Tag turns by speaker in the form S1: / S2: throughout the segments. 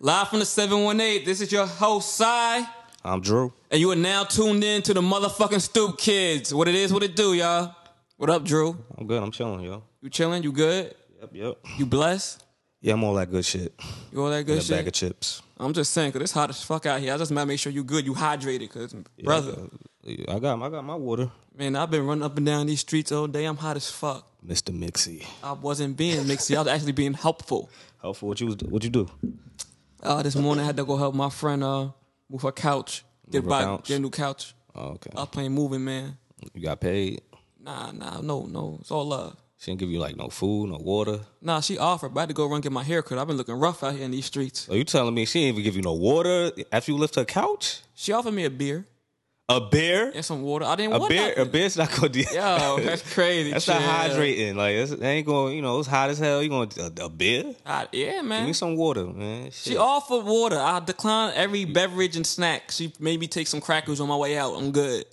S1: Live from the 718, this is your host, Cy,
S2: I'm Drew.
S1: and you are now tuned in to the motherfucking Stoop Kids. What it is, what it do, y'all. What up, Drew?
S2: I'm good. I'm chilling, yo.
S1: You chilling? You good?
S2: Yep, yep.
S1: You blessed?
S2: Yeah, I'm all that good shit.
S1: You all that
S2: And
S1: good
S2: a bag of
S1: shit?
S2: chips.
S1: I'm just saying, because it's hot as fuck out here. I just might make sure you good, you hydrated, because,
S2: Yeah,
S1: brother,
S2: I got, I got, I got my water.
S1: man, I've been running up and down these streets all day. I'm hot as fuck.
S2: Mr. Mixie.
S1: I wasn't being mixy. I was actually being helpful.
S2: Helpful. What you was, what you do?
S1: Uh, this morning, I had to go help my friend uh, move her couch. Get,
S2: Move her
S1: buy,
S2: couch?
S1: get a new couch.
S2: Oh, okay.
S1: I was playing moving, man.
S2: You got paid.
S1: Nah, nah, no, no. It's all love.
S2: She didn't give you like no food, no water.
S1: Nah, she offered, but I had to go run get my hair cut. I've been looking rough out here in these streets.
S2: Are you telling me she didn't even give you no water after you lift her couch?
S1: She offered me a beer
S2: A beer?
S1: and some water. I didn't
S2: a
S1: want
S2: beer?
S1: nothing.
S2: A beer's not gonna do.
S1: Yo, that's crazy.
S2: That's
S1: chill.
S2: not hydrating. Like it's, it ain't going. You know, it's hot as hell. You going to a, a beer?
S1: I- yeah,
S2: Give
S1: man.
S2: me some water, man. Shit.
S1: She offered water. I declined every beverage and snack. She made me take some crackers on my way out. I'm good.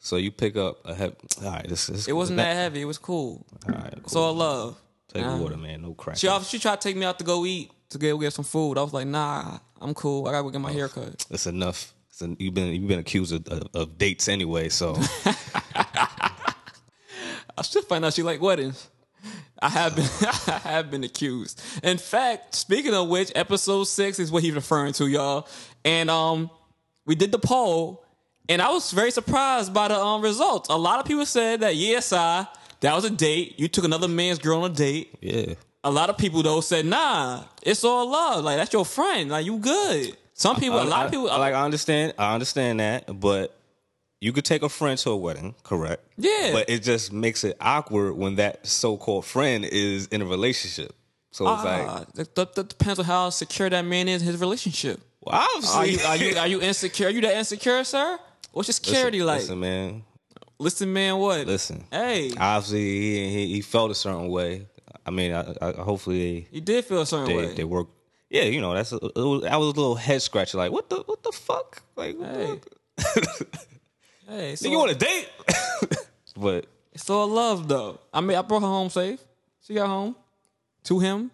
S2: so you pick up a heavy. All right, this, this
S1: It wasn't that heavy. It was cool.
S2: All right, cool.
S1: It's all love.
S2: Take
S1: Nah.
S2: water, man. No crack.
S1: She offered, she tried to take me out to go eat to get get some food. I was like, nah, I'm cool. I gotta go get
S2: Oh.
S1: my hair cut.
S2: It's enough. It's en- you've been you've been accused of, of, of dates anyway, so
S1: I should find out she like weddings. I have been I have been accused. In fact, speaking of which, episode six is what he's referring to, y'all. And um we did the poll and I was very surprised by the um results. A lot of people said that yes I that was a date. You took another man's girl on a date.
S2: yeah.
S1: A lot of people though said, nah, it's all love. Like that's your friend. Like you good. Some people, a lot of people,
S2: I, like I understand, I understand that, but you could take a friend to a wedding, correct?
S1: Yeah.
S2: But it just makes it awkward when that so-called friend is in a relationship. So it's like,
S1: Ah, that, that- that depends on how secure that man is in his relationship.
S2: well, obviously,
S1: Are you are you are you insecure? Are you that insecure, sir? What's your security
S2: listen,
S1: like? Listen,
S2: Listen, man.
S1: man, what?
S2: Listen.
S1: Hey,
S2: Obviously, he, he he felt a certain way. I mean, I, I hopefully
S1: you did feel a certain
S2: they,
S1: way.
S2: they work. Yeah, you know that's a, it was, that was a little head scratcher. Like what the what the fuck? Like what the-
S1: Hey. hey, so,
S2: you want a date? but
S1: it's all love though. I mean, I brought her home safe. She got home to him.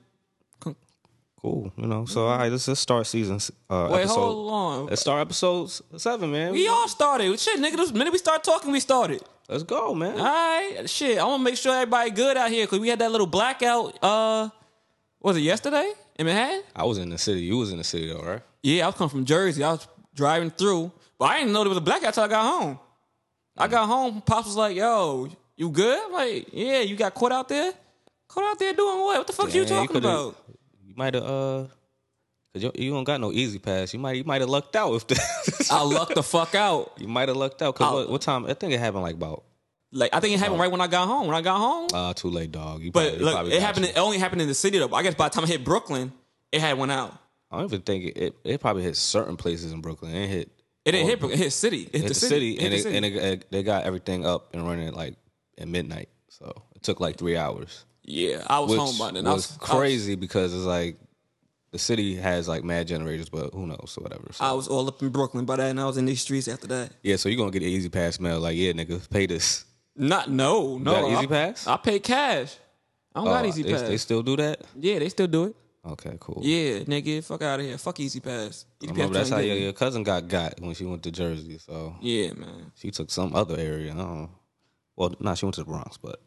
S2: cool, you know. So all right, let's just start season. Uh,
S1: Wait,
S2: episode.
S1: hold on.
S2: Let's start episode s- seven, man.
S1: We all started. Shit, nigga. The minute we start talking, we started.
S2: let's go, man.
S1: All right, shit. I'm gonna make sure everybody good out here because we had that little blackout. Uh, was it yesterday in Manhattan?
S2: I was in the city. You was in the city though, right?
S1: Yeah, I was coming from Jersey. I was driving through, but I didn't know there was a blackout till I got home. I got home, Pops was like, "Yo, you good?" I'm like, "Yeah, you got caught out there. Caught out there doing what? What the fuck you
S2: Yeah,
S1: talking
S2: coulda-
S1: about?"
S2: You might have uh, cause you, you don't got no easy pass. You might you might have lucked out if the,
S1: I lucked the fuck out.
S2: you might have lucked out. Cause
S1: I'll-
S2: what, what time? I think it happened like about
S1: Like I think it happened right when I got home. When I got home,
S2: uh too late, dog. You
S1: but
S2: probably, you
S1: look,
S2: probably
S1: it
S2: got
S1: happened.
S2: you.
S1: It only happened in the city though. But I guess by the time I hit Brooklyn, it had went out.
S2: I don't even think it, it. It probably hit certain places in Brooklyn. It hit.
S1: It didn't
S2: all
S1: hit Brooklyn. It hit city. It hit,
S2: Oh. hit the city,
S1: city. It hit
S2: and,
S1: the
S2: it,
S1: city.
S2: and it, it- they got everything up and running like at midnight. So it took like three hours,
S1: yeah, I was
S2: which
S1: home by
S2: was,
S1: then. I was I was-
S2: crazy because it's like the city has like mad generators, but who knows? So whatever. So,
S1: I was all up in Brooklyn by that, and I was in these streets after that.
S2: yeah, so you're gonna get the easy pass mail. Like yeah, nigga, pay this.
S1: Not no, no.
S2: got Easy
S1: I-
S2: Pass?
S1: I pay cash. I don't got
S2: Uh,
S1: Easy
S2: they,
S1: Pass.
S2: They still do that.
S1: yeah, they still do it.
S2: Okay, cool.
S1: Yeah, nigga, fuck out of here. Fuck Easy Pass. Easy
S2: I remember
S1: Pass
S2: that's how
S1: trying to
S2: your,
S1: get me.
S2: your cousin got got when she went to Jersey. So
S1: yeah, man.
S2: she took some other area. I don't know. Well, no, she went to the Bronx, but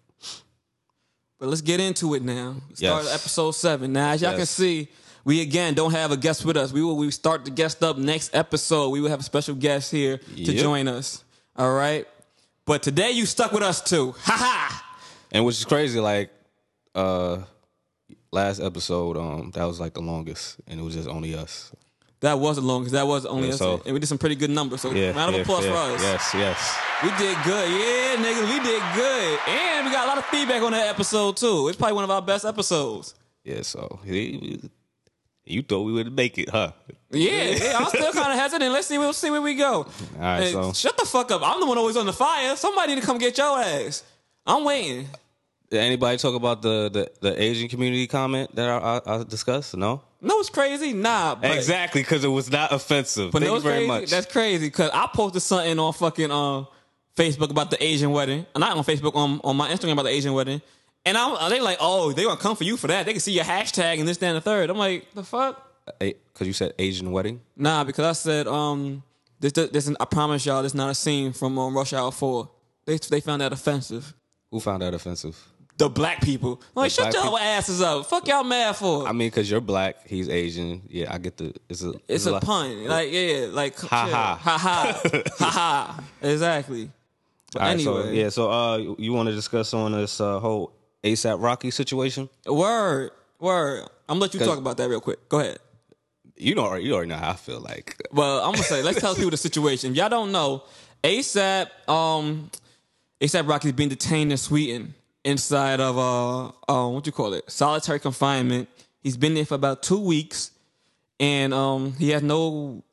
S1: But let's get into it now. Let's
S2: Yes.
S1: Start at episode seven. Now, as y'all can
S2: Yes.
S1: see, we again don't have a guest with us. We will we start the guest up next episode. We will have a special guest here to
S2: Yep.
S1: join us. All right. But today you stuck with us too. Ha ha.
S2: And which is crazy, like uh last episode, um, that was like the longest and it was just only us.
S1: That was the longest. That was the only
S2: Yeah,
S1: us.
S2: so-
S1: and we did some pretty good numbers. So
S2: Yeah.
S1: round of
S2: yeah,
S1: applause
S2: yeah,
S1: for us.
S2: Yes, yes.
S1: We did good. Yeah, niggas, we did good. And we got a lot of feedback on that episode too. It's probably one of our best episodes.
S2: Yeah, so he- you thought we would make it, huh?
S1: Yeah, yeah, I'm still kind of hesitant. Let's see, we'll see where we go.
S2: All right,
S1: Hey,
S2: so
S1: Shut the fuck up. I'm the one always on the fire. Somebody need to come get your ass. I'm waiting.
S2: did anybody talk about the, the, the Asian community comment that I, I, I discussed? No?
S1: No, it's crazy. Nah, but,
S2: exactly, because it was not offensive.
S1: But no,
S2: Thank you
S1: it's
S2: very
S1: crazy.
S2: much.
S1: That's crazy because I posted something on fucking uh, Facebook about the Asian wedding. Uh, Not on Facebook, on, on my Instagram about the Asian wedding. And I'm, they like, oh, they gonna come for you for that. They can see your hashtag and this, that, and the third. I'm like, the fuck?
S2: because you said Asian wedding.
S1: Nah, because I said um, this, this, this I promise y'all, this not a scene from um, Rush Hour Four. They they found that offensive.
S2: Who found that offensive?
S1: The black people, I'm like
S2: The
S1: shut
S2: black
S1: y'all
S2: people-
S1: asses up. Fuck y'all mad for.
S2: I mean, because you're black, he's Asian. Yeah, I get the. It's a.
S1: it's a
S2: lot-
S1: pun. Like yeah, like ha
S2: ha.
S1: ha ha ha ha. Exactly. But
S2: All right,
S1: anyway,
S2: so, yeah. So, uh, you- you want to discuss on this uh, whole ASAP Rocky situation?
S1: word word. I'm gonna let you
S2: 'Cause-
S1: talk about that real quick. Go ahead.
S2: You know, you already know how I feel. Like,
S1: Well, I'm gonna say let's tell people the situation. If y'all don't know, ASAP, um, ASAP Rocky's being detained in Sweden inside of uh, uh what you call it, solitary confinement. He's been there for about two weeks, and um, he has no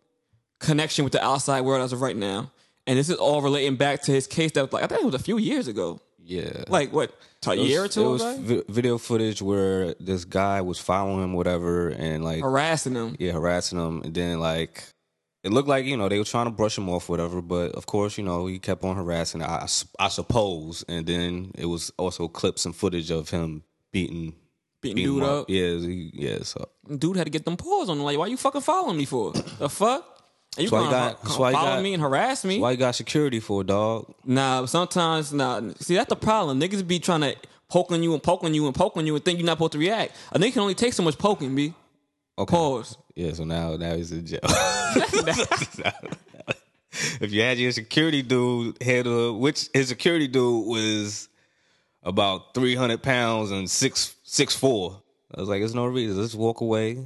S1: connection with the outside world as of right now. And this is all relating back to his case that was like I think it was a few years ago,
S2: yeah,
S1: like what a
S2: It was-
S1: year or two
S2: It was
S1: ago,
S2: vi- video footage where this guy was following him, whatever, and like
S1: harassing him.
S2: yeah, harassing him, and then like it looked like you know they were trying to brush him off, whatever. But of course, you know he kept on harassing. I, I su- I suppose, and then it was also clips and footage of him beating
S1: Beating
S2: him
S1: dude up.
S2: Yeah, he, yeah. So
S1: dude had to get them paws on him. Like, why you fucking following me for? The fuck? And you
S2: That's why
S1: gonna
S2: you got-
S1: ho-
S2: that's why you
S1: follow
S2: got-
S1: me and harass me?
S2: why you got security for a dog?
S1: Nah, but sometimes nah. See, that's the problem. Niggas be trying to poking you and poking you and poking you and think you're not supposed to react. A nigga can only take so much poking, me.
S2: Okay.
S1: Pause.
S2: Yeah. So now now he's in jail. if you had your security dude handle, which his security dude was about three hundred pounds and six six four. I was like, there's no reason. Let's walk away,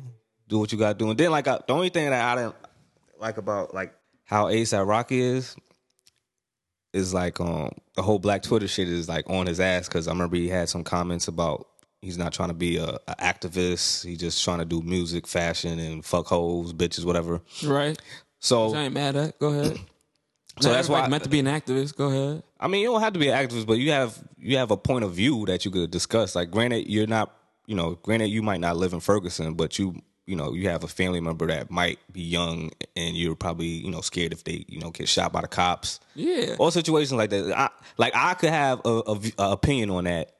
S2: do what you got to do. And then like I, the only thing that I didn't like about like how ASAP Rocky is is like um the whole Black Twitter shit is like on his ass because I remember he had some comments about he's not trying to be a, a activist. He just trying to do music, fashion, and fuck hoes, bitches, whatever.
S1: Right?
S2: So
S1: I ain't mad at. Go ahead.
S2: so
S1: Nah,
S2: that's why
S1: everybody meant to be an activist. Go ahead.
S2: I mean, you don't have to be an activist, but you have you have a point of view that you could discuss. Like, granted, you're not, you know, granted you might not live in Ferguson, but you, you know, you have a family member that might be young, and you're probably, you know, scared if they, you know, get shot by the cops.
S1: Yeah.
S2: Or situations like that. I, like, I could have a, a v- a opinion on that.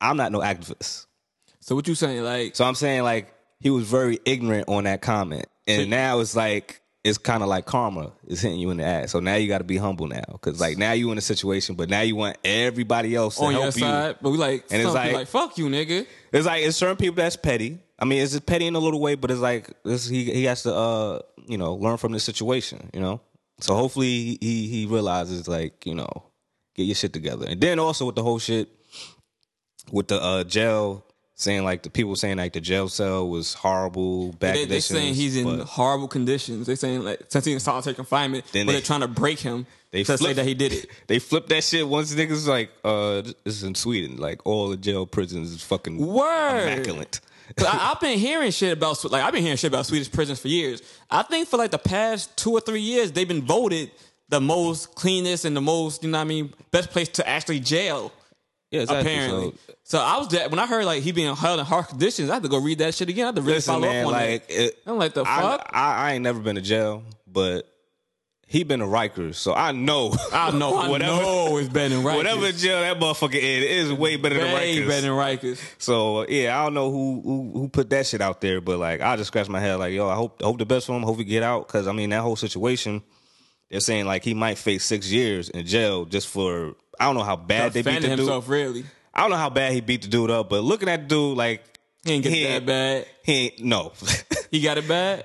S2: I'm not no activist,
S1: So what you saying? Like,
S2: so I'm saying like he was very ignorant on that comment, and now it's like. It's kind of like karma is hitting you in the ass. So now you got to be humble now, because like now you in a situation, but now you want everybody else to
S1: on
S2: help
S1: your
S2: you.
S1: side, but we like, and
S2: And it's
S1: it's like,
S2: like-
S1: like, fuck you, nigga.
S2: It's like it's certain people that's petty. I mean, it's just petty in a little way, but it's like this, he he has to uh you know learn from this situation, you know. So hopefully he he- he realizes like you know get your shit together, and then also with the whole shit with the uh jail saying like the people saying like the jail cell was horrible bad
S1: They, they
S2: conditions,
S1: saying he's in
S2: but
S1: horrible conditions. They saying like since he's in solitary confignment,
S2: Then
S1: but
S2: they-
S1: they're trying to break him
S2: They
S1: to say
S2: flip-
S1: that he did it.
S2: they flipped that shit once niggas like uh this is in Sweden like all the jail prisons is fucking
S1: Word.
S2: immaculate.
S1: 'Cause I, I've been hearing shit about Swe- like I've been hearing shit about Swedish prisons for years. I think for like the past two or three years, they've been voted the most cleanest and the most you know what I mean best place to actually jail.
S2: Yeah, exactly.
S1: Apparently,
S2: So-
S1: so, I was that when I heard like he being held in hard conditions, I had to go read that shit again. I had to really
S2: Listen,
S1: follow
S2: man,
S1: up on
S2: like
S1: that.
S2: it,
S1: I'm like the
S2: I,
S1: fuck.
S2: I, I ain't never been to jail, but he been to Rikers, so I know.
S1: I know, I know it's better than Rikers.
S2: Whatever jail that motherfucker is, it is way better than
S1: way
S2: Rikers.
S1: better than Rikers.
S2: So yeah, I don't know who, who who put that shit out there, but like I just scratch my head, like yo, I hope hope the best for him. Hope he get out, because I mean that whole situation, they're saying like he might face six years in jail just for I don't know how bad they beat
S1: Defending
S2: the dude.
S1: himself really.
S2: I don't know how bad he beat the dude up, but looking at the dude like
S1: He ain't get
S2: He
S1: that
S2: ain't-
S1: bad.
S2: he ain't no.
S1: He got it bad.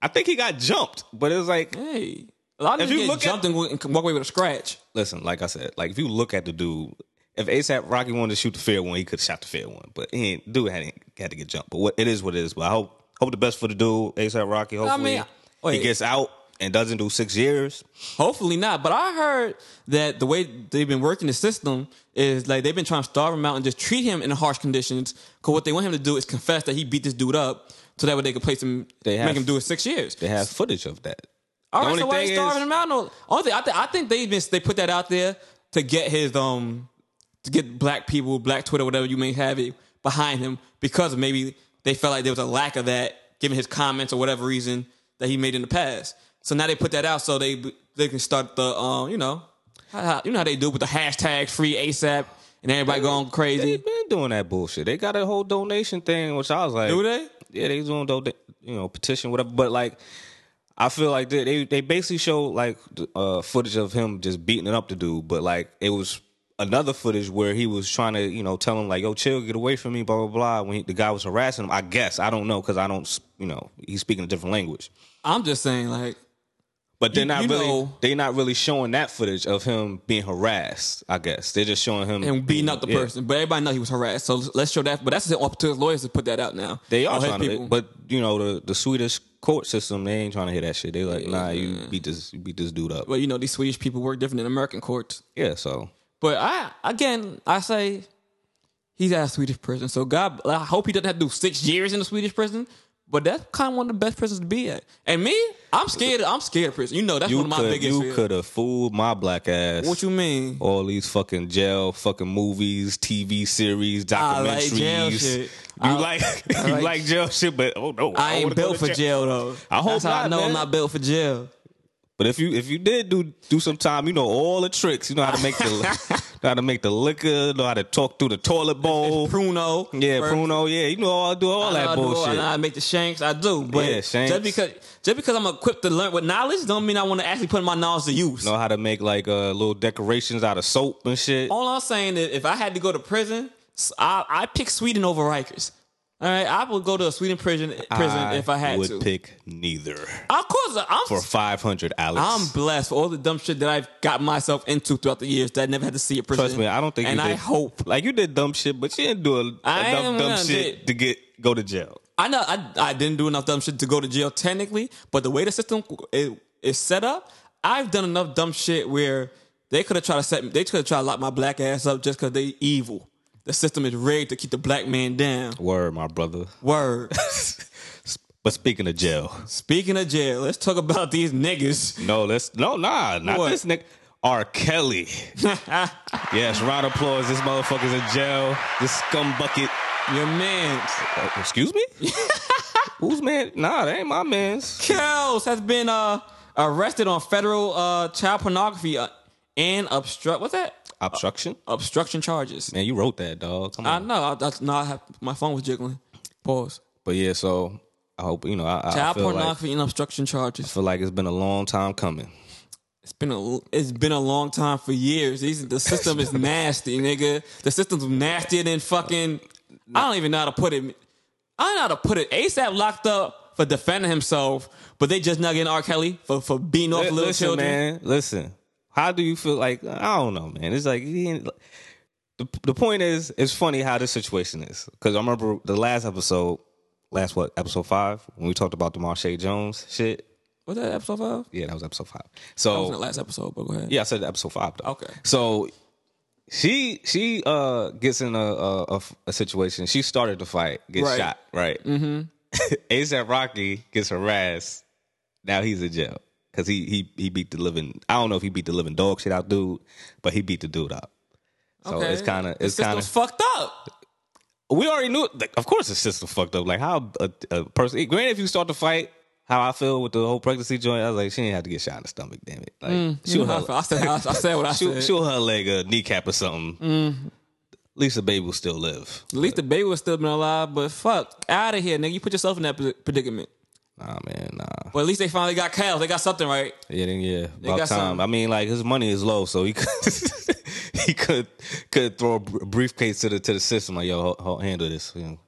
S2: I think he got jumped, but it was like
S1: Hey, a lot of
S2: If
S1: people
S2: you
S1: get
S2: look at-
S1: jumped and go- and walk away with a scratch.
S2: listen, like I said, like if you look at the dude, if ASAP Rocky wanted to shoot the fair one, he could have shot the fair one, but he ain't, dude had had to get jumped. But what it is, what it is. But I hope hope the best for the dude, ASAP Rocky. Hopefully,
S1: mean, wait.
S2: he gets out and doesn't do six years.
S1: Hopefully not. But I heard that the way they've been working the system is like they've been trying to starve him out and just treat him in harsh conditions. Because what they want him to do is confess that he beat this dude up, so that way they can place him,
S2: They have-
S1: make him do it six years.
S2: They have footage of that.
S1: All
S2: The
S1: right,
S2: only
S1: so why they
S2: thing
S1: starving
S2: is-
S1: him out? No, only thing, I, th- I think they been they put that out there to get his um to get black people, black Twitter, whatever you may have it behind him because maybe they felt like there was a lack of that given his comments or whatever reason that he made in the past. So now they put that out so they they can start the um you know how- how- you know how they do with the hashtag free ASAP and everybody going
S2: They
S1: crazy.
S2: been doing that bullshit. They got a whole donation thing, which I was like,
S1: Do they?
S2: Yeah, they doing do- you know, petition, whatever. But like, I feel like they they, they basically showed like uh, footage of him just beating it up the dude, but like it was another footage where he was trying to you know tell him like, "Yo, chill, get away from me," blah blah blah. When he, the guy was harassing him, I guess I don't know because I don't you know he's speaking a different language.
S1: I'm just saying, like,
S2: But they're
S1: You-
S2: not
S1: you
S2: really
S1: know-
S2: they're not really showing that footage of him being harassed. I guess they're just showing him
S1: and beating up the
S2: yeah.
S1: person. But everybody know he was harassed, so let's show that. But that's up to his lawyers to put that out now.
S2: They are
S1: Or his
S2: trying to, but you know the the Swedish court system, they ain't trying to hear that shit. They like, nah, you beat this, you beat this dude up.
S1: But you know, these Swedish people work different than American courts.
S2: Yeah, so
S1: But I again, I say he's at a Swedish prison. So God, I hope he doesn't have to do six years in the Swedish prison. But that's kind of one of the best prisons to be at. And me, I'm scared. I'm scared of prison. You know, that's
S2: you
S1: one of my
S2: could
S1: biggest.
S2: you
S1: fears.
S2: could have fooled my black ass.
S1: What you mean?
S2: all these fucking jail, fucking movies, TV series,
S1: I like
S2: documentaries.
S1: jail shit.
S2: You
S1: I-
S2: like
S1: I
S2: you
S1: like-
S2: like jail shit, but oh no,
S1: I
S2: don't wanna
S1: ain't
S2: go
S1: built
S2: to
S1: for jail though.
S2: I hope
S1: that's how I
S2: not,
S1: know I'm
S2: man.
S1: not built for jail.
S2: But if you if you did do do some time, you know all the tricks. You know how to make the know how to make the liquor, know how to talk through the toilet bowl.
S1: Pruno,
S2: Oh. Yeah,
S1: Bert-
S2: Pruno. Yeah, you know all do all
S1: I
S2: that
S1: know I do all-
S2: bullshit.
S1: I know I make the shanks. I do, but
S2: Yeah, shanks.
S1: just because just because I'm equipped to learn with knowledge, don't mean I want to actually put my knowledge to use.
S2: know how to make like uh, little decorations out of soap and shit.
S1: All I'm saying is, if I had to go to prison, s- I I pick Sweden over Rikers. All right, I would go to a Sweden prison prison if I had
S2: would
S1: to.
S2: pick neither
S1: of course, I'm
S2: for five hundred, Alex.
S1: I'm blessed for all the dumb shit that I've got myself into throughout the years that I never had to see a prison.
S2: Trust me, I don't think.
S1: And
S2: you
S1: I
S2: did,
S1: hope
S2: like you did dumb shit, but you didn't do a,
S1: I
S2: enough
S1: ain't
S2: dumb
S1: gonna
S2: shit
S1: do-
S2: to get go to jail.
S1: I know I, I didn't do enough dumb shit to go to jail technically, but the way the system is, is set up, I've done enough dumb shit where they could have tried to set me, they could have tried to lock my black ass up just because they evil. The system is rigged to keep the black man down.
S2: Word, my brother.
S1: Word.
S2: But speaking of jail,
S1: Speaking of jail, let's talk about these niggas.
S2: no, let's no, nah, not
S1: What?
S2: this nigga. R. Kelly. yes, round of applause. This motherfucker's in jail. This scum bucket.
S1: Your man,
S2: Uh, excuse me? Who's man? Nah, that ain't my man's.
S1: Kels, has been uh, arrested on federal uh, child pornography uh, and obstruct. What's that?
S2: Obstruction?
S1: Obstruction charges.
S2: Man, you wrote that, dog. Come on.
S1: I know. I, that's no, I have, my phone was jiggling. Pause.
S2: But yeah, so I hope you know. I, I
S1: Child
S2: feel
S1: pornography and obstruction
S2: Like,
S1: charges.
S2: feel like it's been a long time coming.
S1: It's been a it's been a long time for years. These, the system is nasty, nigga. The system's nastier than fucking. I don't even know how to put it. I don't know how to put it. ASAP locked up for defending himself, but they just not getting R. Kelly for for beating off
S2: Li-
S1: little
S2: listen,
S1: children.
S2: man. Listen, how do you feel? Like I don't know, man. It's like he ain't- the the point is, it's funny how this situation is because I remember the last episode, last what episode five when we talked about the Marche Jones shit.
S1: Was that episode five?
S2: Yeah, that was episode five.
S1: That was
S2: So
S1: the last episode, but go ahead.
S2: Yeah, I said episode five. Though.
S1: Okay.
S2: So she she uh gets in a a, a- a situation. She started the fight, gets
S1: Right.
S2: shot, right? Mm-hmm. ASAP Rocky gets harassed. Now he's in jail because he he he beat the living. I don't know if he beat the living dog shit out, dude, but he beat the dude out. So
S1: Okay.
S2: it's kind of
S1: The
S2: it's kind
S1: system's
S2: of
S1: fucked up.
S2: we already knew. Like, of course, the system fucked up. Like how a, a person. Granted, if you start the fight. How I feel with the whole pregnancy joint, I was like, she didn't have to get shot in the stomach, damn it. Like, she
S1: You
S2: was
S1: know how I, feel. I said I, I said what I
S2: shoot,
S1: said.
S2: shoot her leg a kneecap or something. At least the baby will still live.
S1: At least the baby would still been alive, but fuck out of here, nigga. You put yourself in that predi- predicament.
S2: Nah, man, nah.
S1: But at least they finally got Kels. They got something right.
S2: Yeah, then, yeah. About time.
S1: got something.
S2: I mean, like his money is low, so he could he could could throw a br- briefcase to the to the system like, yo, ho- ho- handle this. You know,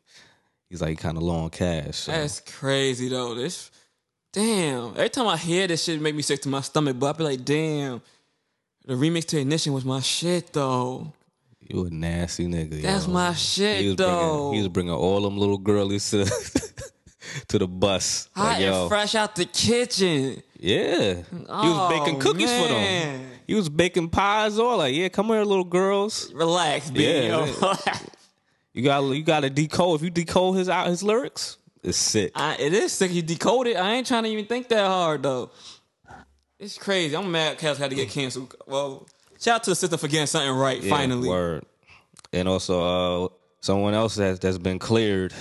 S2: he's like kind of low on cash. so.
S1: That's crazy though. This damn. Every time I hear this shit, it make me sick to my stomach. But I be like, damn. The remix to Ignition was my shit though.
S2: You a nasty nigga.
S1: That's
S2: yo.
S1: my
S2: He was
S1: shit
S2: bringing,
S1: though.
S2: he was bringing all them little girlies to the, to the bus.
S1: Hot
S2: Like, yo,
S1: and fresh out the kitchen.
S2: Yeah. he was
S1: Oh,
S2: baking cookies for them.
S1: man.
S2: He was baking pies, all like, yeah, come here, little girls.
S1: Relax, B.
S2: Yeah,
S1: yo.
S2: man. You got you gotta decode. If you decode his out his lyrics, it's sick.
S1: I, it is sick. You decoded. I ain't trying to even think that hard though. It's crazy. I'm mad. Kels had to get canceled. Well, shout out to the system for getting something right
S2: Yeah,
S1: finally.
S2: Word. And also uh someone else that's that's been cleared.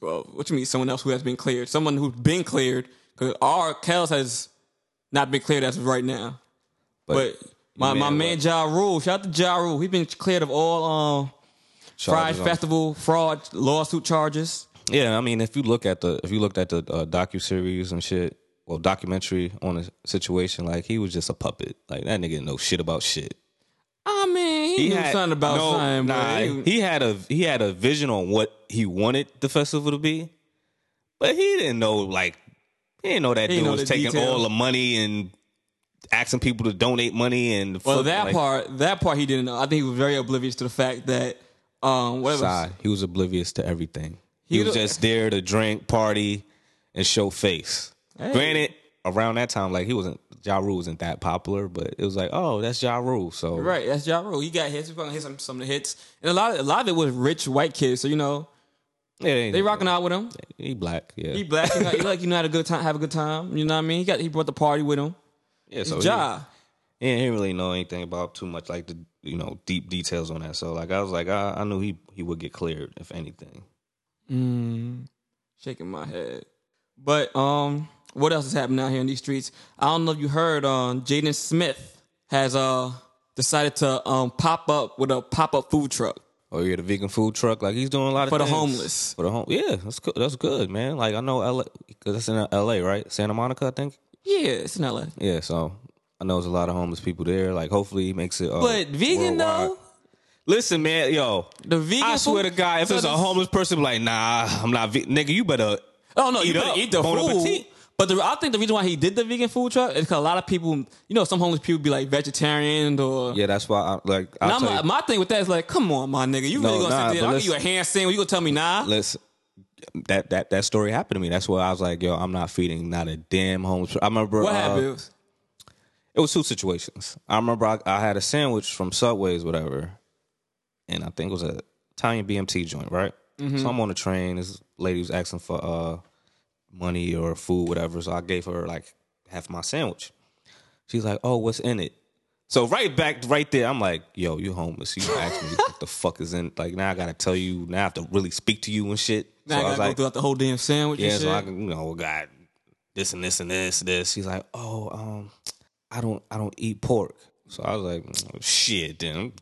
S1: well, what you mean someone else who has been cleared? Someone who's been cleared because R. Kels has not been cleared as of right now. But, my, my
S2: man,
S1: man Ja Rule, shout out to Ja Rule. He's been cleared of all um, Pride
S2: charges on-
S1: Festival fraud lawsuit charges.
S2: Yeah, I mean, if you look at the if you looked at the uh, docu series and shit, well, documentary on the situation, like he was just a puppet. Like that nigga didn't know shit about shit.
S1: I mean, Ah, he, knew something about
S2: no,
S1: something,
S2: nah,
S1: but he-
S2: he had a he had a vision on what he wanted the festival to be, but he didn't know like he didn't know that
S1: He
S2: dude
S1: know
S2: was
S1: the
S2: taking
S1: details.
S2: all the money and asking people to donate money and
S1: well,
S2: fuck,
S1: that
S2: like,
S1: part, that part he didn't know. I think he was very oblivious to the fact that um, whatever.
S2: Side, he was oblivious to everything. He,
S1: He
S2: was
S1: don't-
S2: just there to drink, party, and show face.
S1: Hey.
S2: Granted, around that time, like he wasn't Ja Rule wasn't that popular, but it was like, oh, that's Ja Rule. So
S1: Right, that's Ja Rule. He got hits. He fucking hit some some of the hits, and a lot of a lot of it was rich white kids. So you know
S2: yeah,
S1: they rocking out with him.
S2: He black, yeah,
S1: He black. He got- like you know had a good time. Have a good time. You know what I mean? He got he brought the party with him.
S2: Oh, yeah. So
S1: It's
S2: he-
S1: Ja.
S2: Yeah, he didn't really know anything about too much like the you know deep details on that. So like I was like I, I knew he he would get cleared if anything.
S1: Mm, shaking my head. But um, what else is happening out here in these streets? I don't know if you heard. Um, Jaden Smith has uh decided to um pop up with a pop up food truck.
S2: Oh yeah, the vegan food truck. Like he's doing a lot of
S1: For the
S2: things.
S1: homeless.
S2: For the home, yeah, that's good. That's good, man. Like I know LA, cause that's in LA, right? Santa Monica, I think.
S1: Yeah, it's in LA.
S2: Yeah, so I know there's a lot of homeless people there. Like hopefully he makes it. Uh,
S1: But vegan
S2: worldwide.
S1: though,
S2: Listen, man, yo,
S1: the vegan.
S2: I swear
S1: food-
S2: to God, if
S1: So
S2: there's a
S1: this-
S2: homeless person, be like nah, I'm not ve- nigga. You better.
S1: Oh no, you
S2: Eat
S1: better
S2: up.
S1: eat the
S2: Bon
S1: food.
S2: appetit.
S1: But the, I think the reason why he did the vegan food truck is because a lot of people, you know, some homeless people be like vegetarian or.
S2: Yeah, that's why. I, like
S1: And
S2: I'll
S1: I'm
S2: tell you,
S1: like- my thing with that is like, come on, my nigga, you
S2: No,
S1: really gonna
S2: nah,
S1: sit there?
S2: but
S1: I'll give
S2: listen-
S1: you a hand sandwich. You gonna tell me nah?
S2: let's that that that story happened to me. That's why I was like, yo, I'm not feeding not a damn homeless. I remember
S1: what
S2: uh,
S1: happened?
S2: It was two situations. I remember I, I had a sandwich from Subway's, whatever, and I think it was a Italian BMT joint, right?
S1: Mm-hmm.
S2: So I'm on the train. This lady was asking for uh money or food, whatever. So I gave her like half my sandwich. She's like, "Oh, what's in it?" So right back, right there, I'm like, "Yo, you homeless? You asked me what the fuck is in?" Like now I gotta tell you. Now I have to really speak to you and shit.
S1: Now
S2: so
S1: I
S2: was
S1: gotta go throughout the whole damn sandwich.
S2: yeah,
S1: and shit.
S2: so I can, you know, got this and this and this, this. He's like, oh, um, I don't, I don't eat pork. So I was like, mm, shit, then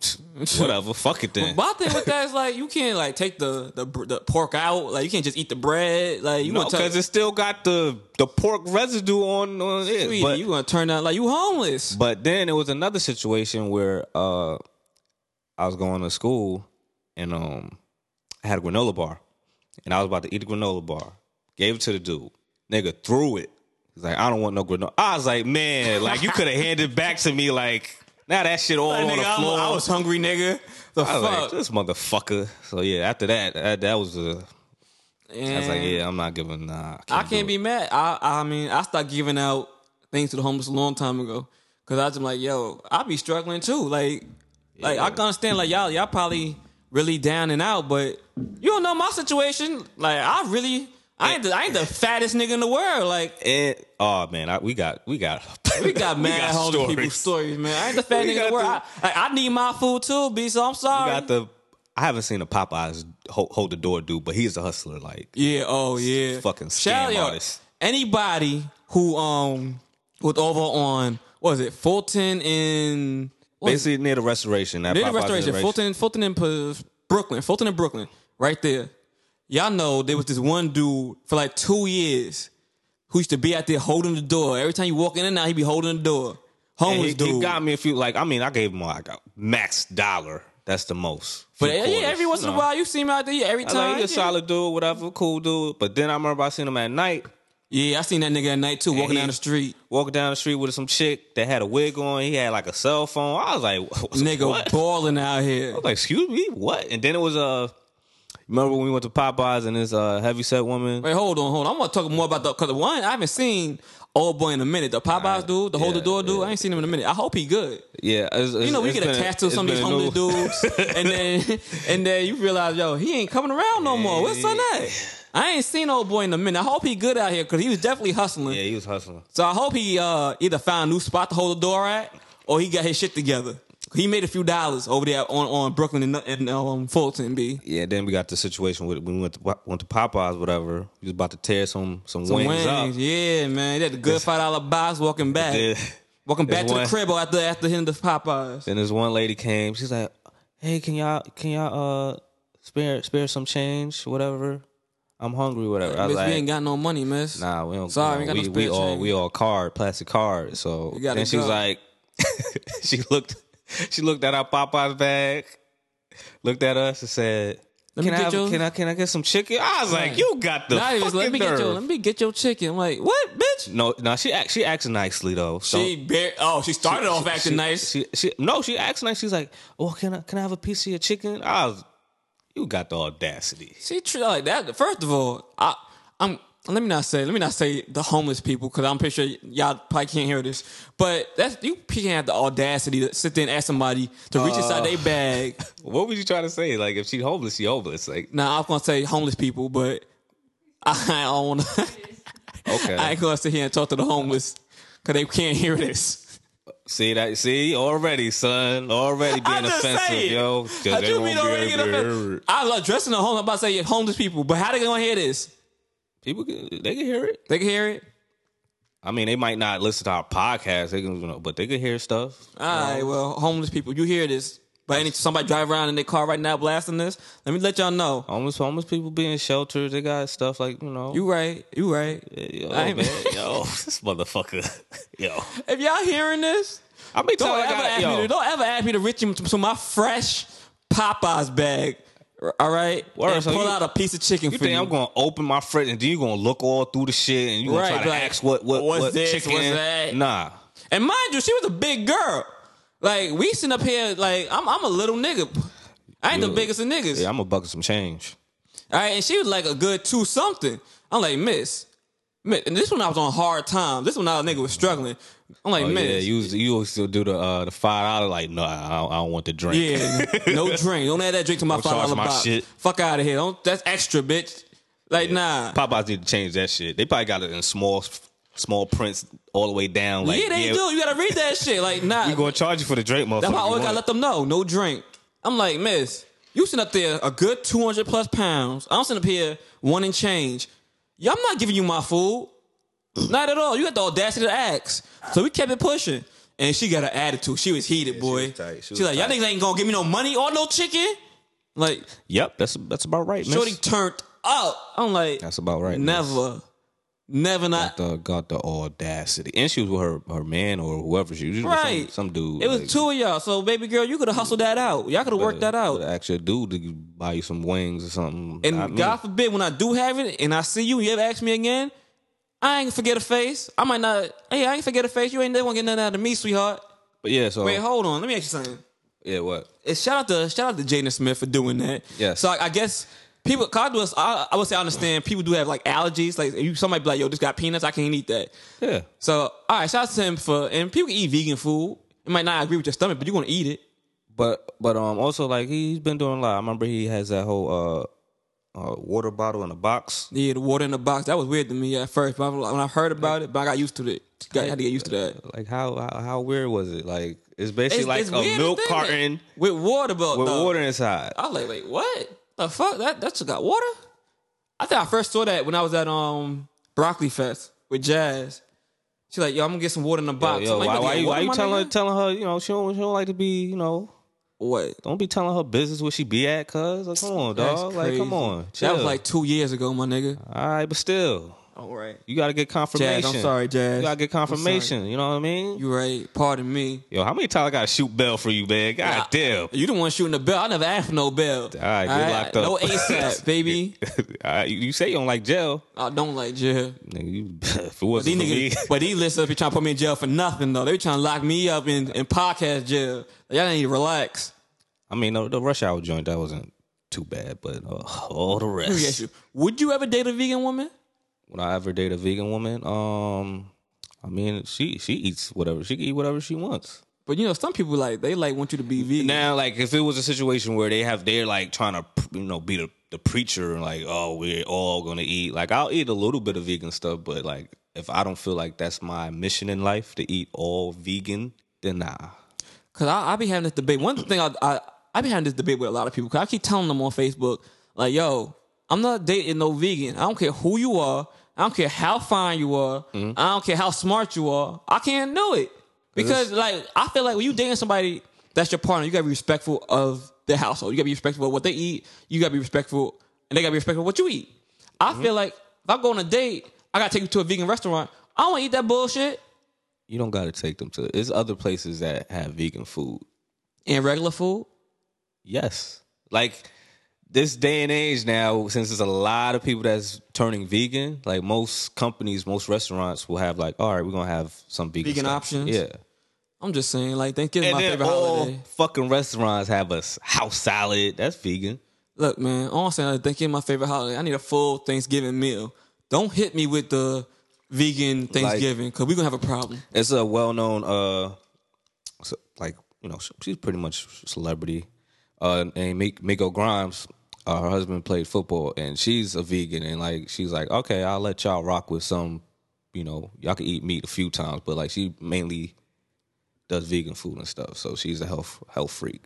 S2: whatever, fuck it then.
S1: My thing with that is like, you can't like take the the, br- the pork out. Like you can't just eat the bread. Like you
S2: No,
S1: gonna tell
S2: because it still got the the pork residue on on
S1: sweetie,
S2: it. But
S1: you gonna turn out like you homeless.
S2: But then it was another situation where uh, I was going to school and um, I had a granola bar and I was about to eat a granola bar. Gave it to the dude. Nigga threw it. He's like, I don't want no granola. I was like, man, like you could have handed it back to me. Like now that shit all
S1: Like,
S2: on
S1: nigga,
S2: the
S1: I'm-
S2: floor.
S1: I was hungry, nigga. The
S2: I was like,
S1: fuck.
S2: this motherfucker. So yeah, after that, that, that was the. I was like, yeah, I'm not giving. Nah, I
S1: I
S2: can't.
S1: can't
S2: do it.
S1: be mad. I I mean, I stopped giving out things to the homeless a long time ago because I was just like, yo, I be struggling too. Like, like I can understand like y'all y'all probably really down and out, but you don't know my situation. Like, I really I ain't the, I ain't the fattest nigga in the world. Like,
S2: And oh man, I, we got we got
S1: we got mad homeless people stories, man. I ain't the fat nigga
S2: We
S1: in
S2: got
S1: the world. I, like, I need my food too, B. So I'm sorry.
S2: got the. I haven't seen a Popeyes hold, hold the door dude, but he's a hustler. Like
S1: Yeah. Oh yeah.
S2: Fucking
S1: Shout
S2: scam
S1: out
S2: artist.
S1: Anybody who um was over on what was it Fulton and what was it?
S2: basically near the restoration. That
S1: Near the
S2: Popeyes
S1: restoration Fulton Fulton and P- Brooklyn Fulton and Brooklyn right there. Y'all know there was this one dude for like two years who used to be out there holding the door. Every time you walk in and out, he be holding the door.
S2: And
S1: Homeless
S2: He,
S1: dude.
S2: he got me a few. Like I mean, I gave him like a max dollar. That's the most.
S1: but
S2: Few
S1: yeah,
S2: quarters,
S1: every once
S2: you
S1: in a
S2: know.
S1: while you see him out there. yeah, Every
S2: I was
S1: time.
S2: Like, he a
S1: yeah.
S2: solid dude, whatever, cool dude. But then I remember I seen him at night
S1: yeah, I seen that nigga at night too, walking
S2: he-
S1: down the street.
S2: walking down the street with some chick that had a wig on. He had like a cell phone. I was like,
S1: Nigga
S2: what?
S1: balling out here.
S2: I was like, excuse me, what? And then it was Uh, remember when we went to Popeyes and this uh, heavy set woman?
S1: Wait, hold on, hold on. I'm gonna talk more about the because one I haven't seen old boy in a minute. The Popeyes dude, the hold the
S2: yeah,
S1: door dude. I ain't seen him in a minute. I hope he good.
S2: Yeah, it's-
S1: You
S2: it's-
S1: know, we
S2: it's
S1: get
S2: been a-
S1: attached to
S2: it's
S1: some of these
S2: been a
S1: homeless
S2: new-
S1: dudes, and then and then you realize, yo, he ain't coming around no more. What's on that? I ain't seen old boy in a minute. I hope he good out here because he was definitely hustling.
S2: Yeah, he was hustling.
S1: So I hope he uh, either found a new spot to hold the door at, or he got his shit together. He made a few dollars over there on, on Brooklyn and, and um, Fulton. B.
S2: Yeah, then we got the situation with when we went to, went to Popeyes, whatever. He was about to tear some some, wings, up.
S1: Wings, yeah, man. He had the good five dollar box walking back.
S2: Then,
S1: Walking back
S2: There's
S1: to the
S2: one-
S1: crib after after hitting the Popeyes.
S2: then this one lady came. She's like, "Hey, can y'all can y'all uh spare spare some change, whatever?" I'm hungry, whatever. I
S1: Miss,
S2: was like,
S1: we ain't got no money, miss.
S2: Nah, we don't.
S1: Sorry,
S2: you know,
S1: we
S2: we,
S1: ain't got no
S2: we
S1: spare
S2: all
S1: change.
S2: we all card, plastic card. So
S1: gotta
S2: then she was
S1: go.
S2: like, she looked, she looked at our Popeyes bag, looked at us and said,
S1: Let me
S2: "Can I
S1: get
S2: have,
S1: yours."
S2: can I can I get some chicken?" I was like,
S1: Right.
S2: "You got the
S1: Nah, it was,
S2: fucking
S1: let me
S2: nerve."
S1: get your let me get your chicken. I'm like, what, bitch?
S2: no, no, she act, she acts nicely though. So
S1: She bar- oh, she started off acting
S2: she,
S1: nice.
S2: She, she no, she acts nice. She's like, "Oh, can I can I have a piece of your chicken?" I was, you got the audacity.
S1: She treat like that. First of all, I I'm let me not say let me not say the homeless people because I'm pretty sure y'all probably can't hear this. But that's you can't have the audacity to sit there and ask somebody to reach
S2: Uh.
S1: inside their bag.
S2: What was you trying to say? Like, if she homeless, she homeless. Like,
S1: Now I was gonna say homeless people, but I don't want to.
S2: okay,
S1: I ain't gonna sit here and talk to the homeless because they can't hear this.
S2: See that? See already, son. Already being
S1: I'm just
S2: offensive,
S1: saying.
S2: yo.
S1: How you mean already get offended? I was addressing the homeless. I'm about to say homeless people, but how they gonna hear this?
S2: People, can, they can hear it.
S1: They can hear it.
S2: I mean, they might not listen to our podcast, they can, you know, but they can hear stuff.
S1: All right, well, homeless people, you hear this. But any somebody drive around in their car right now blasting this, let me let y'all know.
S2: Homeless, homeless people being sheltered, they got stuff like you know.
S1: You right, you right.
S2: yo,
S1: I ain't-
S2: man, yo, this motherfucker, yo.
S1: If y'all hearing this,
S2: I mean,
S1: don't ever ask me. To, don't ever ask me to reach into to my fresh Popeyes bag. All right,
S2: Word,
S1: and
S2: so
S1: pull
S2: you-
S1: out a piece of chicken
S2: You
S1: for
S2: think
S1: you.
S2: I'm gonna open my fridge and then you gonna look all through the shit and you gonna
S1: Right,
S2: try to
S1: like,
S2: ask what what
S1: what's
S2: what
S1: this,
S2: chicken?
S1: what's that?
S2: Nah,
S1: and mind you, she was a big girl. Like we sitting up here, like I'm, I'm a little nigga. I ain't the
S2: Yeah.
S1: biggest of niggas.
S2: yeah, I'm gonna bucket some change.
S1: All right, and she was like a good two something. I'm like, Miss, Miss, and this one I was on hard times. This one I was nigga was struggling. I'm like,
S2: Oh, yeah,
S1: Miss,
S2: you used to- you used to do the uh, the five dollar like no, I don't, I don't want the drink.
S1: yeah, no drink. Don't add that drink to my five
S2: charge
S1: dollar
S2: my
S1: box.
S2: shit.
S1: Fuck out of here. Don't. That's extra, bitch. Like, nah.
S2: Popeyes need to change that shit. They probably got it in small small prints all the way down. Like,
S1: yeah, they do. You gotta read that shit. Like, nah.
S2: We gonna charge you for the drink, motherfucker.
S1: That's why I
S2: You
S1: always gotta
S2: want
S1: let them know. No drink. I'm like, Miss, you sitting up there a good two hundred plus pounds. I'm sitting up here one and change. Yeah, I'm not giving you my food. Not at all. You got the audacity to ask. So we kept it pushing. And she got an attitude. She was heated, boy.
S2: was
S1: She's
S2: tight. She was
S1: like, y'all
S2: tight.
S1: niggas ain't gonna give me no money or no chicken. Like,
S2: it. Yep, that's that's about right, man.
S1: Shorty turned up. I'm like,
S2: That's about right. miss.
S1: never, never not.
S2: The, got the audacity, and she was with her, her man or whoever she was. Right,
S1: Right.
S2: some, some dude.
S1: It was two of y'all. So, baby girl, you could have hustled that out. Y'all could have worked that out.
S2: Actually, a dude to buy you some wings or something.
S1: And
S2: I mean,
S1: God forbid, when I do have it and I see you, and you ever ask me again, I ain't gonna forget a face. I might not. Hey, I ain't forget a face. You ain't never gonna get nothing out of me, sweetheart.
S2: but yeah, so
S1: Wait, hold on. Let me ask you something.
S2: yeah, what?
S1: And shout out to shout out to Jaden Smith for doing that.
S2: Yes.
S1: So I, I guess people, cause I, do- I, I would say I understand people do have like allergies. Like if you somebody be like, yo, this got peanuts. I can't eat that.
S2: Yeah,
S1: So all right, shout out to him for and people can eat vegan food. It might not agree with your stomach, but you're gonna eat it.
S2: But but um also like he's been doing a lot. I remember he has that whole uh, uh water bottle in a box.
S1: Yeah, the water in the box that was weird to me at first, but I was like- when I heard about it, but I got used to it. Got, I had to get used to that.
S2: Like how how, how weird was it? Like it's basically
S1: It's-
S2: like
S1: it's
S2: a
S1: weird,
S2: milk
S1: isn't it? Uh,
S2: carton
S1: with water, but
S2: with
S1: though.
S2: water inside.
S1: I was like, wait, what the fuck? That that shit got water? I think I first saw that when I was at um Broccoli Fest with Jazz. She like, yo, I'm gonna get some water in the box.
S2: Yo,
S1: I'm like,
S2: why,
S1: you
S2: why
S1: gonna
S2: you
S1: get
S2: why you
S1: water, my
S2: telling
S1: nigga?
S2: telling her you know she don't she don't like to be you know
S1: What?
S2: don't be telling her business where she be at cuz like come on
S1: That's
S2: dog like
S1: crazy.
S2: come on
S1: That was
S2: chill.
S1: like two years ago, my nigga.
S2: all right but still
S1: All right,
S2: you gotta get confirmation.
S1: Jazz. I'm sorry, Jazz.
S2: You gotta get
S1: I'm sorry.
S2: confirmation. You know what I mean?
S1: You right? Pardon me.
S2: Yo, how many times I gotta shoot bell for you, man? God damn.
S1: You the one shooting the bell. I never asked for no bell.
S2: All right, get locked up.
S1: No ASAP, baby.
S2: Uh, you, you say you don't like jail.
S1: I don't like jail.
S2: Nigga, you, if it wasn't
S1: These
S2: for me,
S1: niggas, but these listeners be trying to put me in jail for nothing though. They be trying to lock me up in, in podcast jail. Y'all need to relax.
S2: I mean, the, the rush hour joint that wasn't too bad, but uh, all the
S1: Let me ask
S2: rest.
S1: you, would you ever date a vegan woman?
S2: Would I ever date a vegan woman? Um, I mean, she she eats whatever she can eat whatever she wants.
S1: But you know, some people like they like want you to be vegan.
S2: Now, like if it was a situation where they have they're like trying to you know be the the preacher and like oh we're all gonna eat like I'll eat a little bit of vegan stuff, but like if I don't feel like that's my mission in life to eat all vegan, then nah.
S1: Cause I, I be having this debate. One thing I, I I be having this debate with a lot of people. Cause I keep telling them on Facebook, like, yo, I'm not dating no vegan. I don't care who you are. I don't care how fine you are. I don't care how smart you are. I can't do it because like I feel like when you dating somebody that's your partner, you gotta be respectful of their household. You gotta be respectful of what they eat. You gotta be respectful, and they gotta be respectful of what you eat. I feel like if I go on a date, I gotta take you to a vegan restaurant. I don't wanna eat that bullshit
S2: You don't got to take them to. There's other places that have vegan food.
S1: and regular food.
S2: Yes. Like this day and age now, since there's a lot of people that's turning vegan, like most companies, most restaurants will have like, all right, we're gonna have some vegan,
S1: Vegan
S2: stuff.
S1: options?
S2: Yeah.
S1: I'm just saying, like Thanksgiving is
S2: And
S1: my
S2: then
S1: favorite
S2: all
S1: holiday.
S2: fucking restaurants have a s- house salad. That's vegan.
S1: Look, man, all I'm saying is Thanksgiving my favorite holiday. I need a full Thanksgiving meal. Don't hit me with the vegan Thanksgiving because we're gonna have a problem.
S2: It's a well known uh s- like, you know, sh- she's pretty much celebrity. Uh and Mi- Miko Grimes, uh, her husband played football and she's a vegan and like she's like, Okay, I'll let y'all rock with some you know, y'all can eat meat a few times, but like she mainly does vegan food and stuff. So she's a health health freak.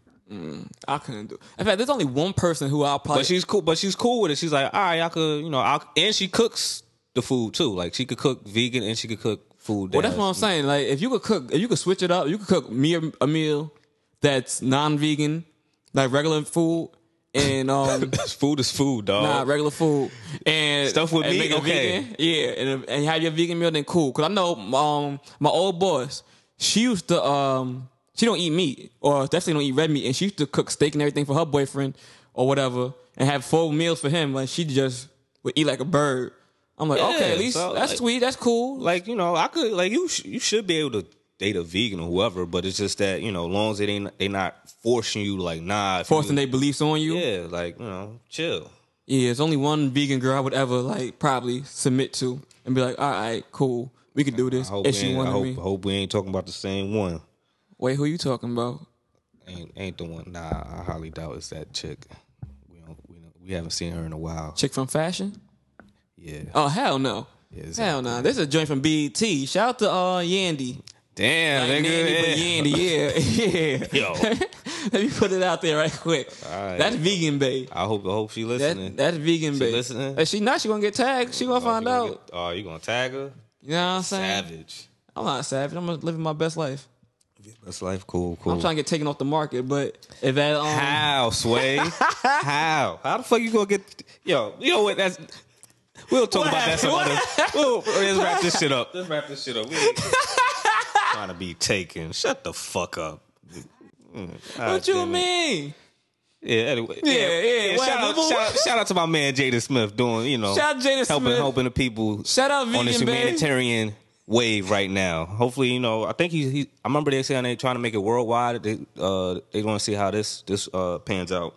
S1: I couldn't do. In fact, there's only one person who I'll probably.
S2: But she's cool. But she's cool with it. She's like, all right, I could, you know, I'll, and she cooks the food too. Like she could cook vegan and she could cook food.
S1: well, that's what I'm saying. Like, if you could cook, if you could switch it up, you could cook me a, a meal that's non-vegan, like regular food, and um,
S2: food is food, dog.
S1: Nah, regular food Oh. and
S2: Stuff with
S1: and
S2: meat,
S1: make it
S2: okay.
S1: vegan. Yeah, and and have your vegan meal, then cool. Cause I know um my old boss, she used to um she don't eat meat or definitely don't eat red meat, and she used to cook steak and everything for her boyfriend or whatever, and have full meals for him. Like she just would eat like a bird. I'm like,
S2: Yeah,
S1: okay, at least
S2: so,
S1: that's
S2: like-
S1: sweet, that's cool.
S2: like you know, I could like you. Sh- you should be able to date a vegan or whoever. But it's just that you know, as long as it ain't they not forcing you. Like nah, if
S1: forcing
S2: you,
S1: their beliefs on you. Yeah.
S2: yeah, like you know, chill.
S1: it's only one vegan girl I would ever like probably submit to and be like, all right, cool, we can do this.
S2: I hope,
S1: If
S2: we
S1: she
S2: ain't, I
S1: wanted
S2: hope,
S1: me,
S2: I hope we ain't talking about the same one.
S1: wait, who you talking about?
S2: Ain't ain't the one. Nah, I highly doubt it's that chick. We don't. We, don't, we haven't seen her in a while.
S1: Chick from fashion?
S2: Yeah.
S1: Oh hell no.
S2: Yeah,
S1: Hell no. This is a joint from BET. Shout out to uh Yandy.
S2: Damn,
S1: Like, Nandy, but Yandy, yeah. yeah.
S2: Yo,
S1: Let me put it out there right quick.
S2: right.
S1: That's vegan babe.
S2: I hope I hope she listening.
S1: That, that's vegan babe.
S2: listening?
S1: If she not, she gonna get tagged. She gonna find out.
S2: Oh, you gonna tag her?
S1: you know what I'm saying?
S2: Savage.
S1: I'm not savage. I'm living my best life.
S2: That's life. Cool,
S1: I'm
S2: cool.
S1: trying to get taken off the market, but if that um,
S2: How Sway? How? How the fuck you gonna get? Yo, you know what? That's we'll talk about that some
S1: What?
S2: other. We'll, let's wrap this shit up. Let's wrap this shit up. We ain't trying to be taken. Shut the fuck up. Mm,
S1: what you mean?
S2: Yeah. Anyway.
S1: yeah,
S2: shout,
S1: whatever.
S2: out, shout, out, shout out to my man Jada Smith doing. You know,
S1: Shout out Jada
S2: helping
S1: Smith.
S2: helping the people.
S1: Shout out
S2: on this
S1: vegan babe.
S2: humanitarian wave right now. Hopefully, you know, I think he, he I remember they saying they trying to make it worldwide. They uh they want to see how this this uh pans out.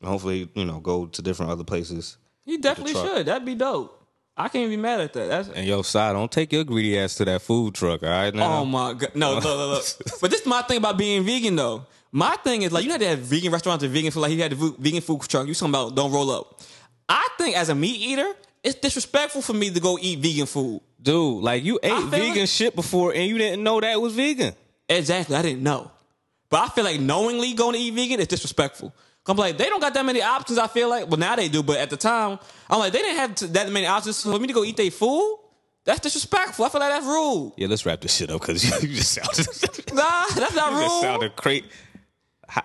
S2: And hopefully, you know, go to different other places.
S1: He definitely
S2: truck.
S1: should. That'd be dope. I can't be mad at that. That's
S2: And yo, side, don't take your greedy ass to that food truck, all right? Now,
S1: Oh my god! No, look, look, look. But this is my thing about being vegan, though. My thing is like you know they have vegan restaurants and vegan food. Like you had the vo- vegan food truck. You talking about don't roll up. I think as a meat eater, it's disrespectful for me to go eat vegan food.
S2: dude, like you ate
S1: feel
S2: vegan
S1: it.
S2: shit before and you didn't know that was vegan.
S1: Exactly, I didn't know, but I feel like knowingly going to eat vegan is disrespectful. I'm like they don't got that many options. I feel like, well now they do, but at the time I'm like they didn't have t- that many options so for me to go eat their food. That's disrespectful. I feel like that's rude.
S2: Yeah, let's wrap this shit up because you just sounded
S1: Nah, that's not
S2: It
S1: rude.
S2: sounded crazy. How,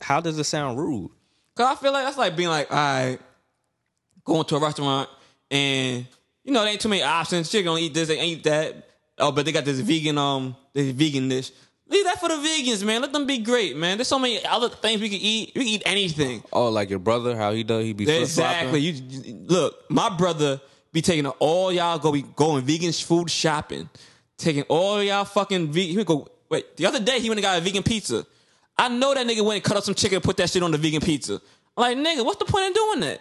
S2: how does it sound rude?
S1: Cause I feel like that's like being like, all right, going to a restaurant and you know there ain't too many options. You're gonna eat this, they ain't eat that. Oh, but they got this vegan um this vegan dish. Leave that for the vegans, man. Let them be great, man. There's so many other things we can eat. We can eat anything.
S2: Oh, like your brother, how he does? He be
S1: Exactly.
S2: flip-flopping?
S1: You, you- look, my brother be taking all y'all go be going vegan food shopping, taking all y'all fucking vegan. He would go wait. The other day he went and got a vegan pizza. I know that nigga went and cut up some chicken and put that shit on the vegan pizza. I'm like nigga, what's the point of doing that?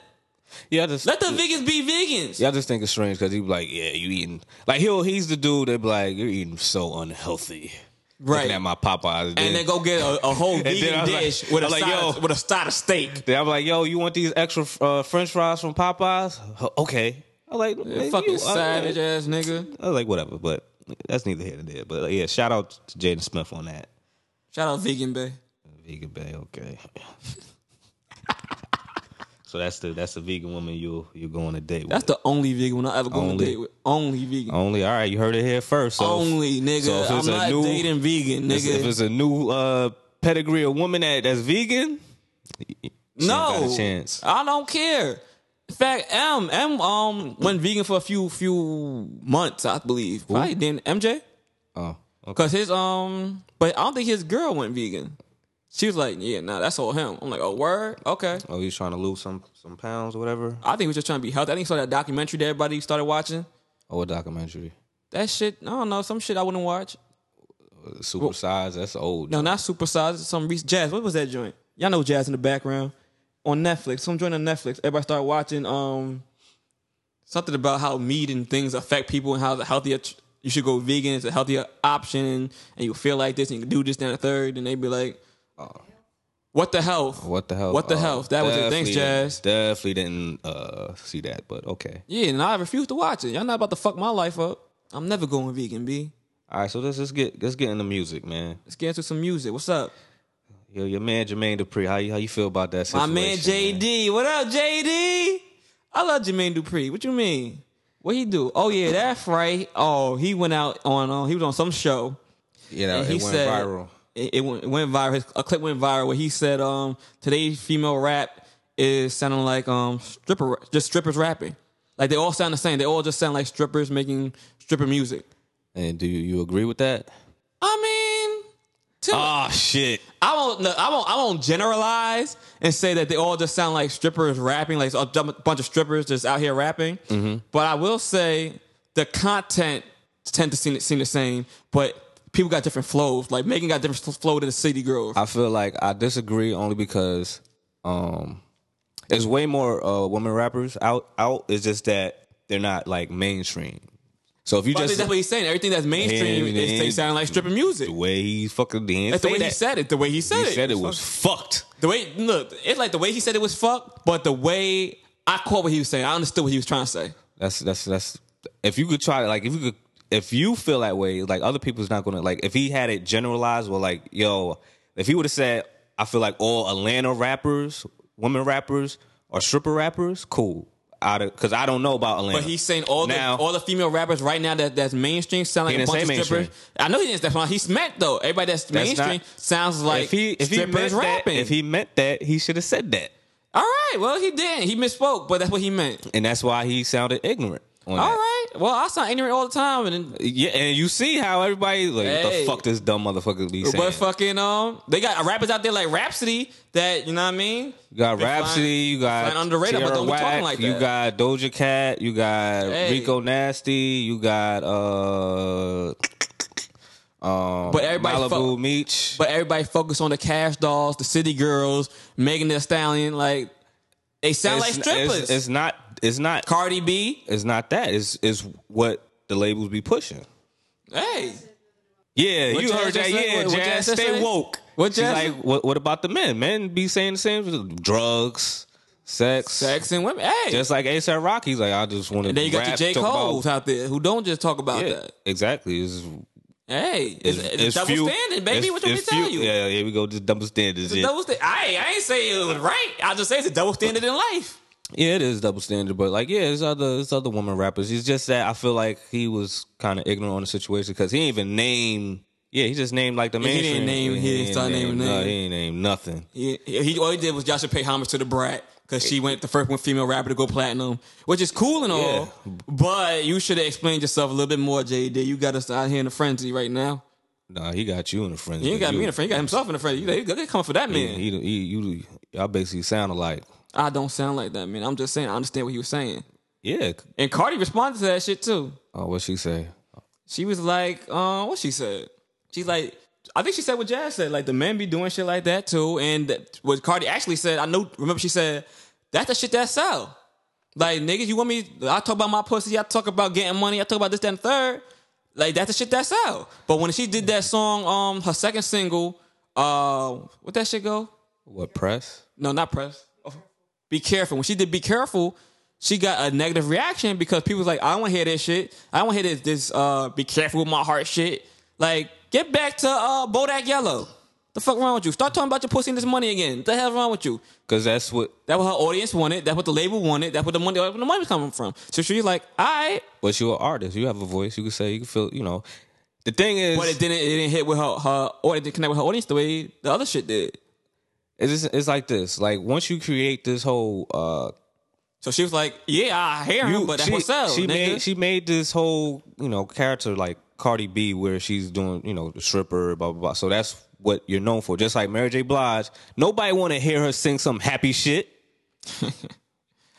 S2: Yeah, I just
S1: Let the vegans be vegans.
S2: yeah, I just think it's strange because he be like, yeah, you eating like he'll he's the dude that be like, you're eating so unhealthy.
S1: Right.
S2: Looking at my Popeyes,
S1: And then go get a, a whole
S2: I
S1: vegan
S2: was like-
S1: dish
S2: I
S1: with, a
S2: was like,
S1: side,
S2: yo.
S1: with a side of steak.
S2: Then I'm like, yo, you want these extra uh, French fries from Popeyes? Huh, Okay. I was like, man,
S1: Fucking
S2: you- I-
S1: savage ass nigga.
S2: I was like, whatever, but that's neither here nor there. But like, yeah, shout out to Jaden Smith on that.
S1: Shout out Vegan Bay.
S2: Vegan Bay, okay. so that's the that's the vegan woman you you go on a date with.
S1: That's the only vegan one I ever go on a
S2: Only.
S1: date with. Only vegan.
S2: Only all right, you heard it here first. So
S1: Only nigga.
S2: so if
S1: I'm
S2: it's a
S1: not
S2: new-
S1: dating vegan,
S2: If- If
S1: nigga.
S2: it's a new uh, pedigree of woman that, that's vegan, she ain't got
S1: No.
S2: a chance.
S1: I don't care. In fact, M M um went vegan for a few few months, I believe. Right then, MJ,
S2: Oh, okay.
S1: because his um, but I don't think his girl went vegan. She was like, "Yeah, nah, that's all him." I'm like, "Oh, word, okay."
S2: Oh, he's trying to lose some some pounds or whatever.
S1: I think he was just trying to be healthy. I think he saw that documentary that everybody started watching.
S2: Or Oh, a documentary.
S1: That shit, I don't know, some shit I wouldn't watch.
S2: Super size. That's old.
S1: No, not Super Size. Some recent Jazz. What was that joint? Y'all know Jazz in the background on Netflix. Some joint on Netflix. Everybody started watching um something about how meat and things affect people and how the healthier ch- you should go vegan is a healthier option and you feel like this and you can do this down the third and they be like, uh, what the health?
S2: What the hell? Oh,
S1: What the hell? That was it. Thanks,
S2: definitely
S1: Jazz.
S2: didn't- Definitely didn't uh, see that, but okay.
S1: Yeah, and I refuse to watch it. Y'all not about to fuck my life up. I'm never going vegan, B.
S2: All right, so let's just get let's get into music, man.
S1: Let's get into some music. What's up?
S2: Yo, your man Jermaine Dupri, how you how you feel about that
S1: My
S2: situation?
S1: man JD. What up, JD? I love Jermaine Dupree. What you mean? What he do? Oh yeah, that's right. Oh, he went out on uh, he was on some show.
S2: You know,
S1: and
S2: it
S1: he
S2: went
S1: said-
S2: viral.
S1: It, it went, it went viral. His, a clip went viral where he said, um, today's female rap is sounding like um stripper just strippers rapping. Like they all sound the same. They all just sound like strippers making stripper music.
S2: And do you, you agree with that?
S1: I mean, to
S2: Oh shit.
S1: I won't. No, I won't. I won't generalize and say that they all just sound like strippers rapping, like a dumb- bunch of strippers just out here rapping.
S2: Mm-hmm.
S1: But I will say the content tend to seem, seem the same, but people got different flows. Like Megan got different flow than City Girls.
S2: I feel like I disagree only because um there's way more uh women rappers out out. It's just that they're not like mainstream. So if you
S1: But I think
S2: just
S1: that's what he's saying. Everything that's mainstream
S2: And-
S1: is they
S2: and-
S1: sound like stripper music.
S2: the way he fucking did
S1: That's the way he said it. The way he said
S2: he
S1: it.
S2: said it was fucked.
S1: The way look, it's like the way he said it was fucked, but the way I caught what he was saying, I understood what he was trying to say.
S2: That's that's that's if you could try to like if you could if you feel that way, like other people's not gonna like if he had it generalized well like, yo, if he would have said, I feel like all Atlanta rappers, women rappers, or stripper rappers, cool. Out of because I don't know about Atlanta.
S1: But he's saying all
S2: Now-
S1: the all the female rappers right now that that's mainstream sound like
S2: He
S1: a
S2: didn't
S1: bunch of
S2: say
S1: strippers. I know he didn't. That's why he's meant though. Everybody that's, mainstream
S2: not-
S1: sounds like
S2: if he if he meant
S1: strippers rapping.
S2: that, if he meant that, he should have said that,
S1: all right, well he didn't. He misspoke, but that's what he meant.
S2: and that's why he sounded ignorant. On
S1: All
S2: that.
S1: right, well I sound ignorant all the time, and
S2: Yeah, and you see how everybody like what
S1: Hey.
S2: the fuck this dumb motherfucker be saying.
S1: but fucking um, they got rappers out there like Rhapsody that you know what I mean.
S2: You got
S1: They flying-
S2: Rhapsody, you got
S1: flying under the radar, but
S2: Tierra
S1: don't be talking
S2: Whack,
S1: like
S2: you
S1: that.
S2: got Doja Cat, you got
S1: Hey.
S2: Rico Nasty, you got uh, um,
S1: But everybody
S2: Malibu
S1: fuck-
S2: Meach.
S1: But everybody focused on the Cash Dolls, the City Girls, Megan Thee Stallion. Like they sound like strippers.
S2: It's, it's not. It's not.
S1: Cardi B.
S2: It's not that. It's it's what the labels be pushing.
S1: Hey,
S2: Yeah,
S1: What
S2: you
S1: Jazz
S2: heard that.
S1: just said?
S2: Yeah,
S1: What- what Jazz
S2: Jazz,
S1: just
S2: stay
S1: said?
S2: woke.
S1: What
S2: She's
S1: Jazz-
S2: like? What, what about the men? Men be saying the same. Drugs, sex,
S1: sex and women. Hey,
S2: Just like ASAP Rocky's like, I just want to.
S1: And then you got
S2: rap,
S1: your J.
S2: talk about-
S1: Cole's out there who don't just talk about
S2: Yeah,
S1: that.
S2: exactly. It's,
S1: Hey, it's, it's, double
S2: few-
S1: standard, baby.
S2: it's-
S1: what you want me
S2: it's
S1: to tell
S2: few-
S1: you?
S2: Yeah, here we go. Just double standards.
S1: It's
S2: Yeah.
S1: double standard. I, I ain't say it was right. I just say it's a double standard in life.
S2: yeah, it is double standard, but like, yeah, there's other there's other woman rappers. It's just that I feel like he was kind of ignorant on the situation because he didn't even name. Yeah, he just named like the
S1: he
S2: mainstream.
S1: didn't name- he didn't start
S2: name-
S1: naming
S2: No,
S1: names.
S2: he ain't name nothing.
S1: Yeah, he all he did was y'all should pay homage to the brat because she went the first one female rapper to go platinum, which is cool and all. But you should have explained yourself a little bit more, JD. You got us out here in a frenzy right now.
S2: Nah, he got you in a friend.
S1: He ain't got me in a frenzy. He got himself in a frenzy. You they coming for that man.
S2: He, he, you, y'all basically sound alike.
S1: I don't sound like that man. I'm just saying I understand what he was saying.
S2: Yeah.
S1: And Cardi responded to that shit too.
S2: Oh, what she say?
S1: She was like, uh, what she said? She's like, I think she said what Jazz said, like the men be doing shit like that too. And that, what Cardi actually said, I know, remember she said, that's the shit that sell. Like, niggas, you want me, I talk about my pussy, I talk about getting money, I talk about this, that, and third. Like, that's the shit that's out. But when she did that song, um, her second single, uh, what that shit go?
S2: What press?
S1: No, not press. Oh, Be careful. When she did be careful, she got a negative reaction because people was like, I don't want to hear this shit. I don't want to hear this, this uh, be careful with my heart shit. Like, get back to uh, Bodak Yellow. The fuck wrong with you? Start talking about your pussy and this money again. the hell wrong with you?
S2: Because that's what
S1: That what her audience wanted. That's what the label wanted. That's what the money. That's where the money was coming from. So she's like, all right,
S2: But you're an artist. You have a voice. You can say. You can feel. You know. The thing is,
S1: but it didn't. It didn't hit with her. Her or it didn't connect with her audience the way the other shit did.
S2: it's, just- it's like this. Like once you create this whole uh
S1: So she was like, "Yeah, I hear him,
S2: You-
S1: but that's what's up."
S2: She
S1: nigga.
S2: made she made this whole you know character like Cardi B, where she's doing you know the stripper, blah blah blah. So that's what you're known for. Just like Mary J. Blige, nobody want to hear her sing some happy shit.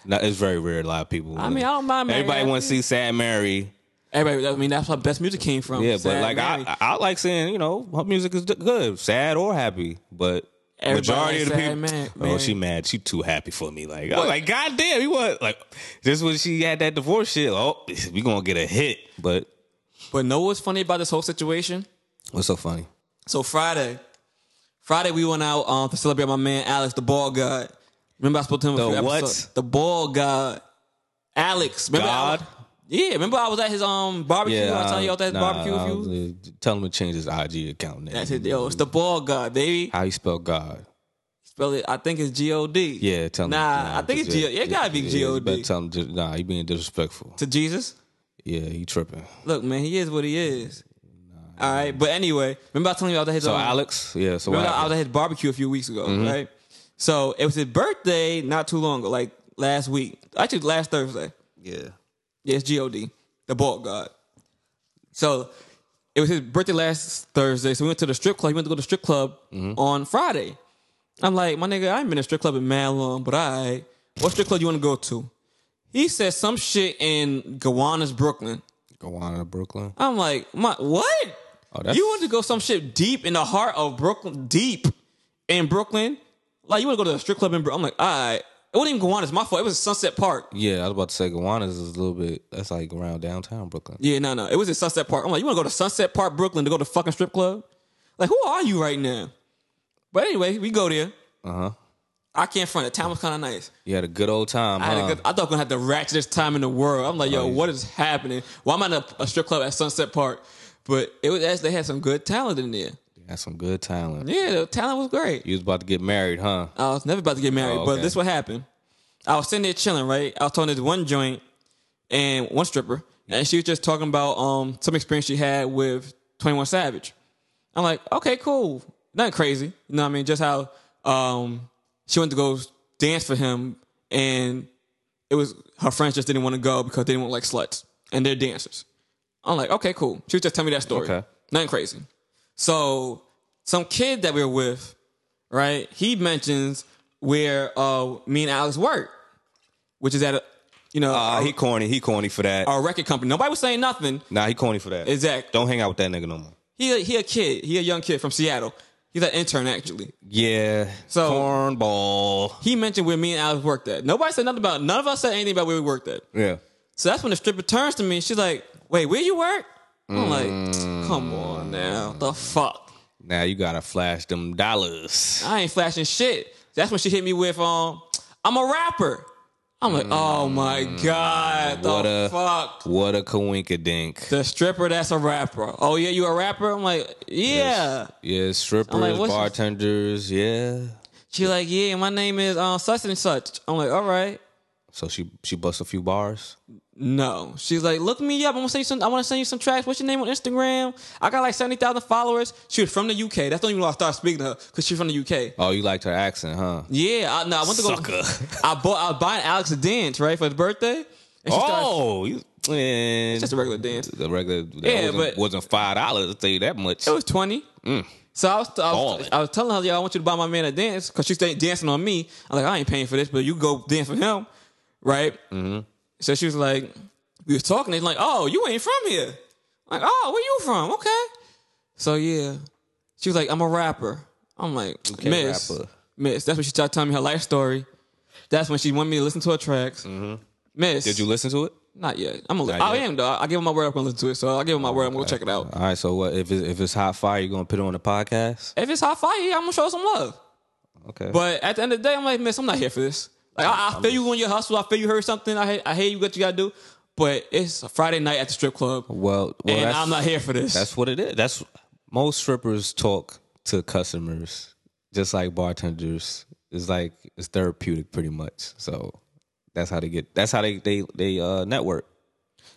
S2: now, it's very rare. A lot of people.
S1: I mean, I don't mind Mary
S2: Everybody
S1: J.
S2: want to see Sad Mary.
S1: Everybody, I mean, that's where best music came from.
S2: Yeah,
S1: Sad
S2: but like
S1: Mary.
S2: I, I like saying you know her music is d- good, sad or happy, but.
S1: Everybody like
S2: majority of the
S1: Sad
S2: people,
S1: Man-
S2: oh,
S1: Mary.
S2: she mad. She too happy for me. Like, I'm like, goddamn, you what? Like, just when she had that divorce shit, oh, we gonna get a hit. But
S1: but know what's funny about this whole situation?
S2: what's so funny?
S1: So Friday, Friday we went out um, to celebrate my man Alex, the ball god. Remember I spoke to him.
S2: The
S1: a few
S2: what?
S1: episodes- The ball god, Alex. Remember I
S2: God?
S1: was- yeah, remember I was at his um barbecue. I tell you about that barbecue. with you?
S2: you? uh, Tell him to change his IG account name.
S1: I said, yo, it's the ball god, baby.
S2: How you spell God?
S1: Spell it. I think it's G O D.
S2: Yeah, tell him.
S1: Nah, I think it's G.
S2: yeah,
S1: It gotta be
S2: yeah,
S1: G O
S2: you better
S1: D.
S2: Tell him, just, nah, he being disrespectful.
S1: To Jesus.
S2: Yeah, he tripping.
S1: Look, man, he is what he is. All right, but anyway, remember I told you about his
S2: So
S1: um,
S2: Alex, yeah, so what
S1: Remember, I was
S2: happened? Mm-hmm.
S1: at his barbecue a few weeks ago, right? So it was his birthday not too long ago, like last week. Actually, last Thursday.
S2: yeah,
S1: Yes, G-O-D, the bald god. So it was his birthday last Thursday, so we went to the strip club. He went to go to the strip club
S2: Mm-hmm.
S1: on Friday. I'm like, my nigga, I ain't been to a strip club in mad long, but I. What strip club you want to go to? He said some shit in Gowanus, Brooklyn.
S2: go on to Brooklyn.
S1: I'm like, my what?
S2: Oh, that's-
S1: you want to go some shit deep in the heart of Brooklyn, deep in Brooklyn? Like you want to go to a strip club in Brooklyn? I'm like, all right. It wasn't even Gowanus. My fault. It was Sunset Park.
S2: Yeah, I was about to say Gowanus is a little bit. That's like around downtown Brooklyn.
S1: Yeah, no, no. It was at Sunset Park. I'm like, you want to go to Sunset Park, Brooklyn, to go to fucking strip club? Like, who are you right now? But anyway, we go there.
S2: Uh huh.
S1: I can't front it. Time was kind of nice.
S2: You had a good old time.
S1: I, had
S2: huh?
S1: a good, I thought I was gonna have the ratchetest time in the world. I'm like, yo, what is happening? Well, I'm at a, a strip club at Sunset Park, but it was actually they had some good talent in there.
S2: You had some good talent.
S1: Yeah, the talent was great.
S2: You was about to get married, huh?
S1: I was never about to get married,
S2: Oh,
S1: but
S2: okay.
S1: this what happened. I was sitting there chilling, right? I was talking to this one joint and one stripper, and she was just talking about um some experience she had with Twenty One Savage. I'm like, okay, cool, nothing crazy, you know what I mean? Just how um she went to go dance for him, and it was her friends just didn't want to go because they didn't want like sluts, and they're dancers. I'm like, okay, cool. She was just telling me that story.
S2: Okay.
S1: Nothing crazy. So some kid that we were with, right? He mentions where uh, me and Alex work, which is at a, you know,
S2: Uh,
S1: a,
S2: he corny. He corny for that.
S1: a record company. Nobody was saying nothing.
S2: Nah, he corny for that.
S1: Exact.
S2: Don't hang out with that nigga no more.
S1: He a, he a kid. He a young kid from Seattle. He's an intern actually.
S2: Yeah.
S1: So-
S2: cornball.
S1: He mentioned where me and Alex worked at. Nobody said nothing about. None of us said anything about where we worked at.
S2: Yeah.
S1: So that's when the stripper turns to me. and She's like, "Wait, where you work?" I'm
S2: Mm.
S1: like, "Come on now, the fuck."
S2: Now you gotta flash them dollars.
S1: I ain't flashing shit. That's when she hit me with um, I'm a rapper. I'm like, oh my god,
S2: Mm. What
S1: the
S2: a-
S1: fuck.
S2: What a coinkadink.
S1: The stripper that's a rapper. Oh yeah, you a rapper? I'm like, yeah.
S2: Yeah, strippers,
S1: I'm like, what's this-
S2: bartenders. Yeah.
S1: She like, yeah, my name is uh, such and such. I'm like, all right.
S2: So she she busts a few bars.
S1: No. She's like, look me up. I'm gonna send you some I wanna send you some tracks. What's your name on Instagram? I got like seventy thousand followers. She was from the UK. That's the only reason why I started speaking to her, because she's from the UK.
S2: Oh, you liked her accent, huh?
S1: Yeah, I, no, I went to go.
S2: Sucker.
S1: I bought I was buying Alex a dance, right, for his birthday. And she started-
S2: Oh, you man.
S1: just a regular dance.
S2: The regular that
S1: Yeah,
S2: wasn't,
S1: but-
S2: wasn't five dollars, I'll tell you that much.
S1: It was twenty. So I was, I was,
S2: Mm. Ballin'.
S1: I was telling her, yo, I want you to buy my man a dance because she's dancing on me. I'm like, I ain't paying for this, but you go dance for him, right? Mm-hmm. So she was like, we was talking. And like, oh, you ain't from here. I'm like, oh, where you from? Okay. So yeah, she was like, I'm a rapper. I'm like, miss,
S2: rapper.
S1: miss. That's when she started telling me her life story. That's when she wanted me to listen to her tracks. Miss,
S2: Mm-hmm. Did you listen to it?
S1: Not yet. I'm gonna.
S2: Not
S1: I
S2: yet.
S1: am though. I give her my word. I'm gonna listen to it. So I give her my word. I'm gonna check it out.
S2: All right, so what if it's, if it's hot fire, you gonna put it on the podcast?
S1: If it's hot fire, yeah, I'm gonna show some love.
S2: Okay.
S1: But at the end of the day, I'm like, miss, I'm not here for this. Like, I, I feel you on your hustle. I feel you heard something. I hear- I hear you what you gotta do. But it's a Friday night at the strip club,
S2: well, well
S1: and
S2: that's,
S1: I'm not here for this.
S2: That's what it is. That's most strippers talk to customers, just like bartenders. It's like it's therapeutic, pretty much. So that's how they get. That's how they they they uh, network.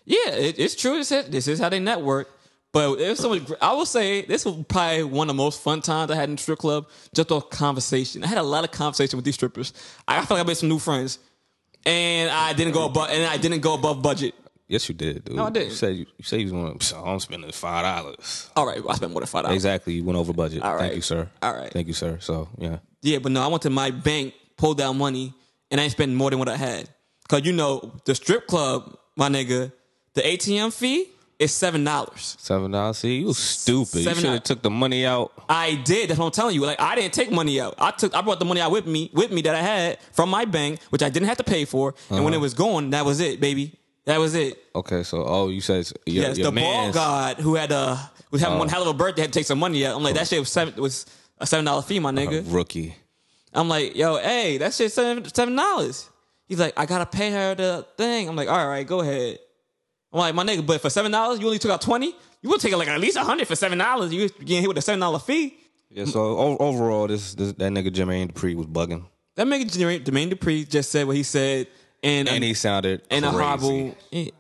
S1: yeah, it, it's true. It's, it- this is how they network. But it was so much, gr- I will say this was probably one of the most fun times I had in the strip club. Just off conversation, I had a lot of conversation with these strippers. I I feel like I made some new friends. and I didn't go above and I didn't go above budget.
S2: Yes, you did, dude.
S1: No, I didn't.
S2: You said you, you said you was going. So I'm spending five dollars.
S1: All right, well, I spent more than five dollars.
S2: Exactly. You went over budget.
S1: All right.
S2: Thank you, sir.
S1: All right.
S2: Thank you, sir. So yeah.
S1: Yeah, but no, I went to my bank, pulled down money, and I ain't spent more than what I had. Cause you know the strip club, my nigga, the ATM fee is seven dollars.
S2: Seven dollars. See, you was stupid. You
S1: Seven
S2: should have
S1: dollars.
S2: took the money out.
S1: I did. That's what I'm telling you. Like I didn't take money out. I took. I brought the money out with me, with me that I had from my bank, which I didn't have to pay for. And
S2: Uh-huh.
S1: when it was gone, that was it, baby. That was it.
S2: Okay, so oh, you said it's- your,
S1: yes,
S2: your
S1: the ball
S2: man's- Oh.
S1: god who had uh was having one hell of a birthday had to take some money out. I'm like that shit was seven was a seven dollar fee, my nigga.
S2: a rookie.
S1: I'm like, yo, hey, that shit seven seven dollars. He's like, I gotta pay her the thing. I'm like, all right, go ahead. I'm like, my nigga, but for seven dollars, you only took out twenty. You would take like at least a hundred for seven dollars. You getting hit with a seven dollar fee.
S2: Yeah. So o- overall, this, this that nigga Jermaine Dupri was bugging,
S1: That nigga Jermaine Jermaine Dupri just said what he said, and
S2: and he sounded
S1: and a
S2: crazy.
S1: horrible.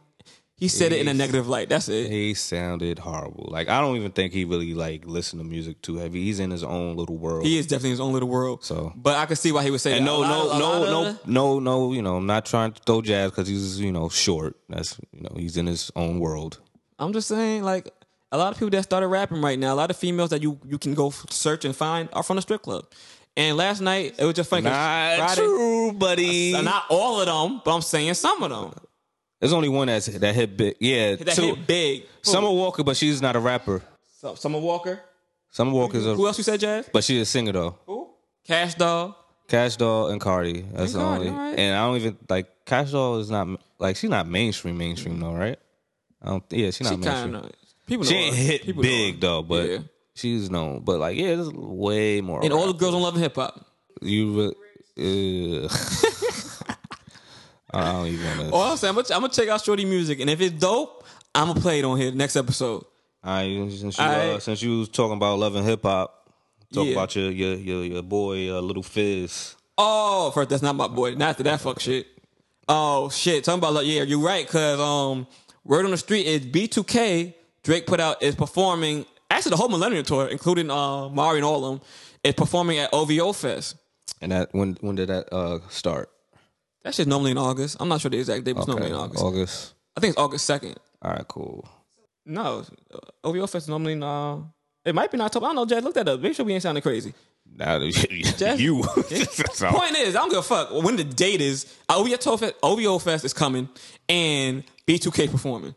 S1: He said it in a
S2: He's-
S1: negative light. That's it.
S2: He sounded horrible. Like I don't even think he really like listened to music too heavy. He's in his own little world.
S1: He is definitely in his own little world.
S2: So-
S1: but I could see why he would say
S2: and
S1: that.
S2: no,
S1: A lot-
S2: no,
S1: a lot
S2: no,
S1: of-
S2: no, no, no. You know, I'm not trying to throw jazz because he's you know short. That's you know he's in his own world.
S1: I'm just saying, like a lot of people that started rapping right now, a lot of females that you you can go f- search and find are from the strip club. And last night it was just funny. 'cause Friday-
S2: true, buddy.
S1: Uh, Not all of them, but I'm saying some of them
S2: There's only one that's that hit big. Yeah,
S1: that
S2: two.
S1: hit big.
S2: Summer Walker, but she's not a rapper.
S1: Who? Summer Walker.
S2: Summer Walker's a,
S1: Who else you said, Jazz?
S2: but she's a singer though.
S1: Who? Cash Doll.
S2: Cash Doll and Cardi. That's
S1: And
S2: the
S1: Cardi,
S2: only.
S1: alright.
S2: And I don't even like Cash Doll is not like she's not mainstream mainstream though, right? I don't. Yeah, she's
S1: She
S2: not mainstream.
S1: kind of people.
S2: She
S1: know
S2: ain't
S1: her.
S2: hit
S1: People know
S2: big
S1: her.
S2: though, but
S1: Yeah.
S2: she's known. But like, yeah, there's way more.
S1: and all the
S2: rap.
S1: girls on Love and Hip Hop.
S2: you. Re- Ugh. I don't even. Wanna,
S1: All I'm saying, I'm gonna, I'm gonna check out Shorty music, and if it's dope, I'm gonna play it on here next episode.
S2: I since you uh,
S1: Alright.
S2: since you was talking about love and hip hop, talk
S1: Yeah.
S2: about your your your, your boy uh, Little Fizz.
S1: Oh, first that's not my boy. Not after that fuck shit. Oh shit, talking about like yeah, you're right. Cause um, word on the street is B2K. Drake put out is performing actually the whole Millennium Tour, including uh Mari and all of them, is performing at OVO Fest.
S2: And that when when did that uh start?
S1: That shit's normally in August. I'm not sure the exact date, but it's normally in August.
S2: August.
S1: I think it's August second.
S2: All right, cool.
S1: No, uh, OVO Fest is normally in. Uh, it might be in October. I don't know, Jazz. Look that up. Make sure we ain't sounding crazy.
S2: Now that you, So,
S1: Point is, I don't give a fuck when the date is. OVO Fest, OVO Fest is coming, and B2K performing.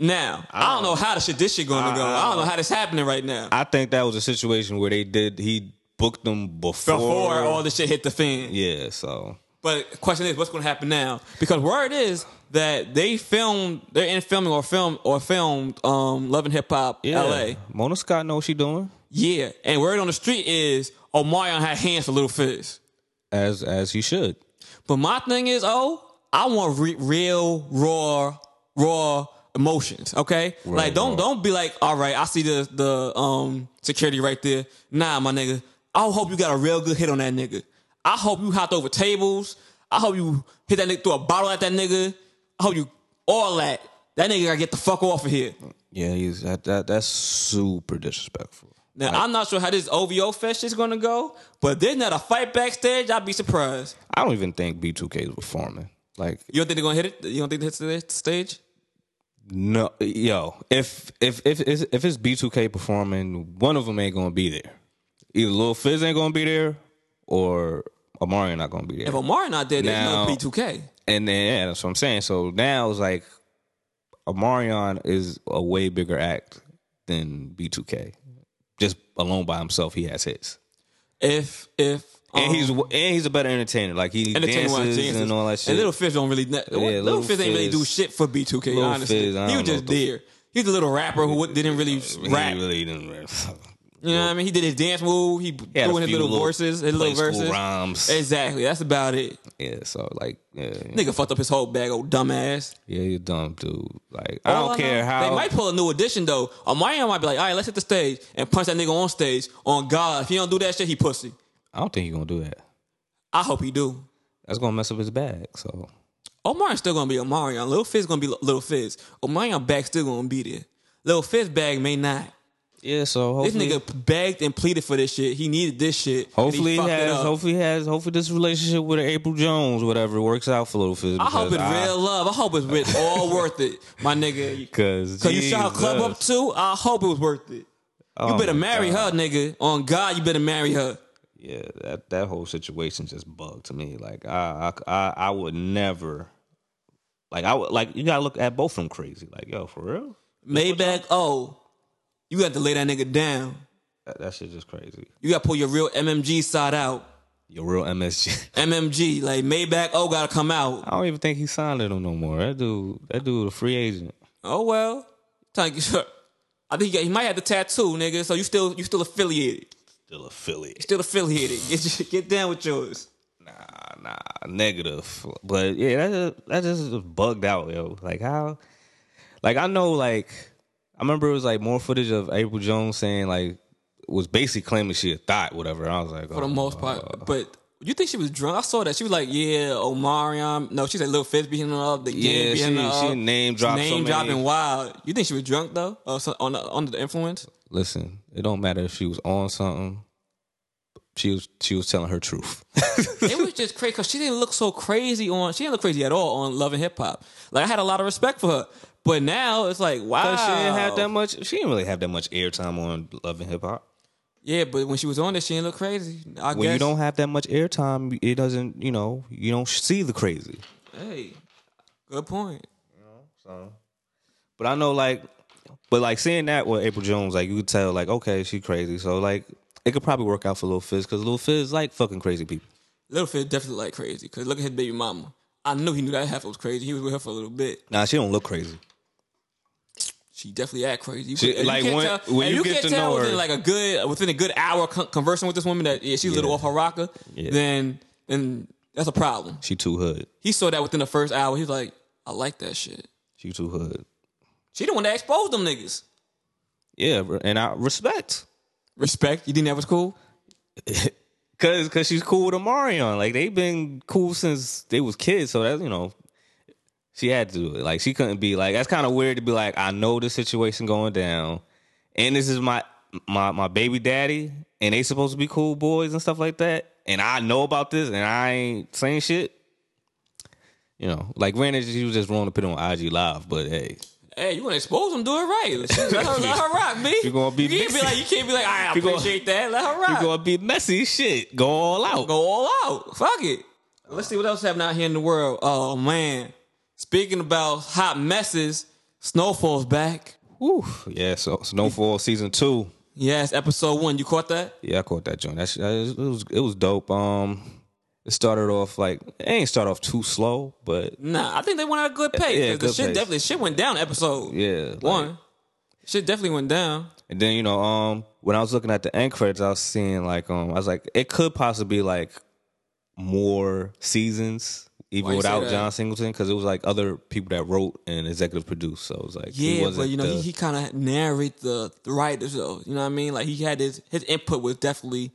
S1: Now, I don't know how the shit this shit going to go. I don't know how this happening right now.
S2: Oh. I think that was a situation where they did he booked them before.
S1: Before oh. all this shit hit the fan.
S2: yeah, so
S1: But the question is, what's going to happen now? Because word is that they filmed, they're in filming or film or filmed um, Love and Hip Hop
S2: yeah.
S1: LA.
S2: Mona Scott know what she doing
S1: Yeah, and word on the street is Omarion had hands for Little Fizz.
S2: as as he should.
S1: But my thing is, oh, I want re- real, raw, raw emotions. Okay, like don't
S2: raw.
S1: don't be like, all right, I see the the um security right there. Nah, my nigga, I hope you got a real good hit on that nigga. I hope you hopped over tables. I hope you hit that nigga through a bottle at that nigga. I hope you all that. That nigga gotta get the fuck off of here.
S2: Yeah, he's that, that that's super disrespectful.
S1: Now I'm not sure how this OVO fest is gonna go, but there's not a fight backstage. I'd be surprised.
S2: I don't even think B2K is performing. Like
S1: You don't think they're gonna hit it? You don't think they hit the stage?
S2: No, yo, if if if if if it's B2K performing, one of them ain't gonna be there. Either Lil Fizz ain't gonna be there, or Amari not gonna be
S1: If
S2: there.
S1: Omar not there, there's
S2: Now-
S1: no P2K.
S2: And then yeah, that's what I'm saying. So now it's like Amarion is a way bigger act than B2K. Just alone by himself, he has hits,
S1: If if um,
S2: and he's and he's a better entertainer. Like he
S1: entertainment
S2: dances,
S1: wise, dances.
S2: and all that shit.
S1: And Little Fish don't really ne- Little,
S2: Lil
S1: Fish ain't really
S2: Fizz-
S1: do shit for B2K. honestly,
S2: Fizz, I
S1: he
S2: don't
S1: was
S2: know
S1: just
S2: what the-
S1: there. He's a little rapper who didn't really
S2: He
S1: rap.
S2: really didn't.
S1: you know what I mean? He did his dance move. He
S2: He had a
S1: doing his
S2: few
S1: little, verses, his little
S2: play school
S1: verses.
S2: rhymes.
S1: Exactly. That's about it.
S2: Yeah, so like, yeah, yeah.
S1: Nigga fucked up his whole bag, old dumbass.
S2: Yeah, you dumb dude. Like I
S1: All
S2: don't care
S1: Oh, know,
S2: how
S1: They might pull a new edition though. Omarion might be like, all right, let's hit the stage and punch that nigga on stage. On God, if he don't do that shit, he pussy.
S2: I don't think he's gonna do that.
S1: I hope he do.
S2: That's gonna mess up his bag. So
S1: Omarion's still gonna be Omarion. Lil Fizz gonna be Lil Fizz. Omarion back still gonna be there. Lil Fizz bag may not.
S2: Yeah, so
S1: This
S2: hopefully,
S1: nigga begged and pleaded for this shit. He needed this shit. and
S2: hopefully he
S1: fucked it
S2: has,
S1: up.
S2: hopefully he has, hopefully this relationship with April Jones, whatever, works out for Little Fizz.
S1: I hope
S2: because
S1: it's real love. I hope it's with all worth it, my nigga.
S2: Cause,
S1: Cause you shot club up too. I hope it was worth it. You
S2: Oh
S1: better marry her, nigga. On God, you better marry her.
S2: Yeah, that that whole situation just bugged to me. Like I I I, I would never. Like I would like you gotta look at both of them crazy. Like yo, for real,
S1: Maybach, oh, you got to lay that nigga down.
S2: that, that shit just crazy.
S1: You got to pull your real MMG side out.
S2: Your real MSG.
S1: MMG, like Maybach, oh, got to come out.
S2: I don't even think he signed with him no more. That dude, that dude, a free agent.
S1: Oh well, thank you, sir. I think he, got- he might have the tattoo, nigga. So you still you still affiliated,
S2: Still affiliate.
S1: still affiliated. Get your- get down with yours.
S2: Nah, negative. But yeah, that just, that just was bugged out, yo. Like how? Like I know, like I remember it was like more footage of April Jones saying like was basically claiming she a thought, whatever. And I was like, oh,
S1: for the most part. But you think she was drunk? I saw that she was like, "Yeah, Omarion." No, she's like Lil Fizz beating her up. The
S2: yeah,
S1: game beating her
S2: she,
S1: up.
S2: she name dropped.
S1: name
S2: so
S1: dropping
S2: Many.
S1: wild. You think she was drunk though, or so, on the, under the influence?
S2: Listen, it don't matter if she was on something. She was she was telling her truth.
S1: it was just crazy because she didn't look so crazy on. She didn't look crazy at all on Love and Hip Hop. Like I had a lot of respect for her, but now it's like wow.
S2: But she didn't have that much. She didn't really have that much airtime on Love and Hip Hop.
S1: Yeah, but when she was on there, she didn't look crazy. I
S2: When
S1: guess.
S2: you don't have that much airtime, it doesn't. You know, you don't see the crazy.
S1: Hey, good point.
S2: But I know like but like seeing that with April Jones, like you could tell like, okay, she crazy. So like it could probably work out for Lil Fizz because Lil Fizz like fucking crazy people.
S1: Little Fizz definitely like crazy because look at his baby mama. I knew he knew that half was crazy. He was with her for a little bit.
S2: Nah, she don't look crazy.
S1: she definitely act crazy. You,
S2: She-
S1: and you
S2: like,
S1: can't
S2: when-
S1: tell,
S2: when
S1: and
S2: you get
S1: can't
S2: to
S1: tell
S2: know her-
S1: within like a good within a good hour con- conversing with this woman that yeah, she's a little
S2: Yeah.
S1: off her rocker,
S2: Yeah.
S1: then then that's a problem.
S2: She too hood.
S1: He saw that within the first hour. He was like, I like that shit.
S2: She too hood.
S1: She the one that exposed them niggas.
S2: Yeah, and I respect.
S1: Respect. You think that was cool?
S2: Cause cause she's cool with Amarion. Like they've been cool since they was kids. So that's you know, she had to do it. Like she couldn't be like that's kind of weird to be like, I know this situation going down, and this is my my my baby daddy, and they supposed to be cool boys and stuff like that. And I know about this and I ain't saying shit. You know, like granted she was just wrong to put it on IG Live, but hey.
S1: Hey, you want to expose them? Do it right. Let her, let her rock, B.
S2: You gonna be
S1: you can't be
S2: messy.
S1: like you can't be like I
S2: You gonna-
S1: appreciate that. Let her
S2: You're
S1: rock.
S2: gonna be messy as shit. Go all out.
S1: go all out. Fuck it. Let's see what else happening out here in the world. Oh man. Speaking about hot messes, Snowfall's back.
S2: Whew. Yeah, so Snowfall season two.
S1: Yes, episode one. You caught that?
S2: Yeah, I caught that joint. That, shit, that is- it was it was dope. Um, it started off like it ain't start off too slow, but
S1: Nah, I think they went at a good pace.
S2: Yeah,
S1: 'cause the
S2: good
S1: shit
S2: pace.
S1: definitely shit went down. Episode
S2: yeah, like-
S1: one, shit definitely went down.
S2: and then you know, um, when I was looking at the end credits, I was seeing like, um, I was like, it could possibly be like more seasons, even
S1: Why you say
S2: without
S1: that?
S2: John Singleton, because it was like other people that wrote and executive produced. So it was like, he
S1: Yeah,
S2: wasn't
S1: but you know
S2: the-
S1: he, he kind of narrate the, the writers though. You know what I mean? Like he had his his input was definitely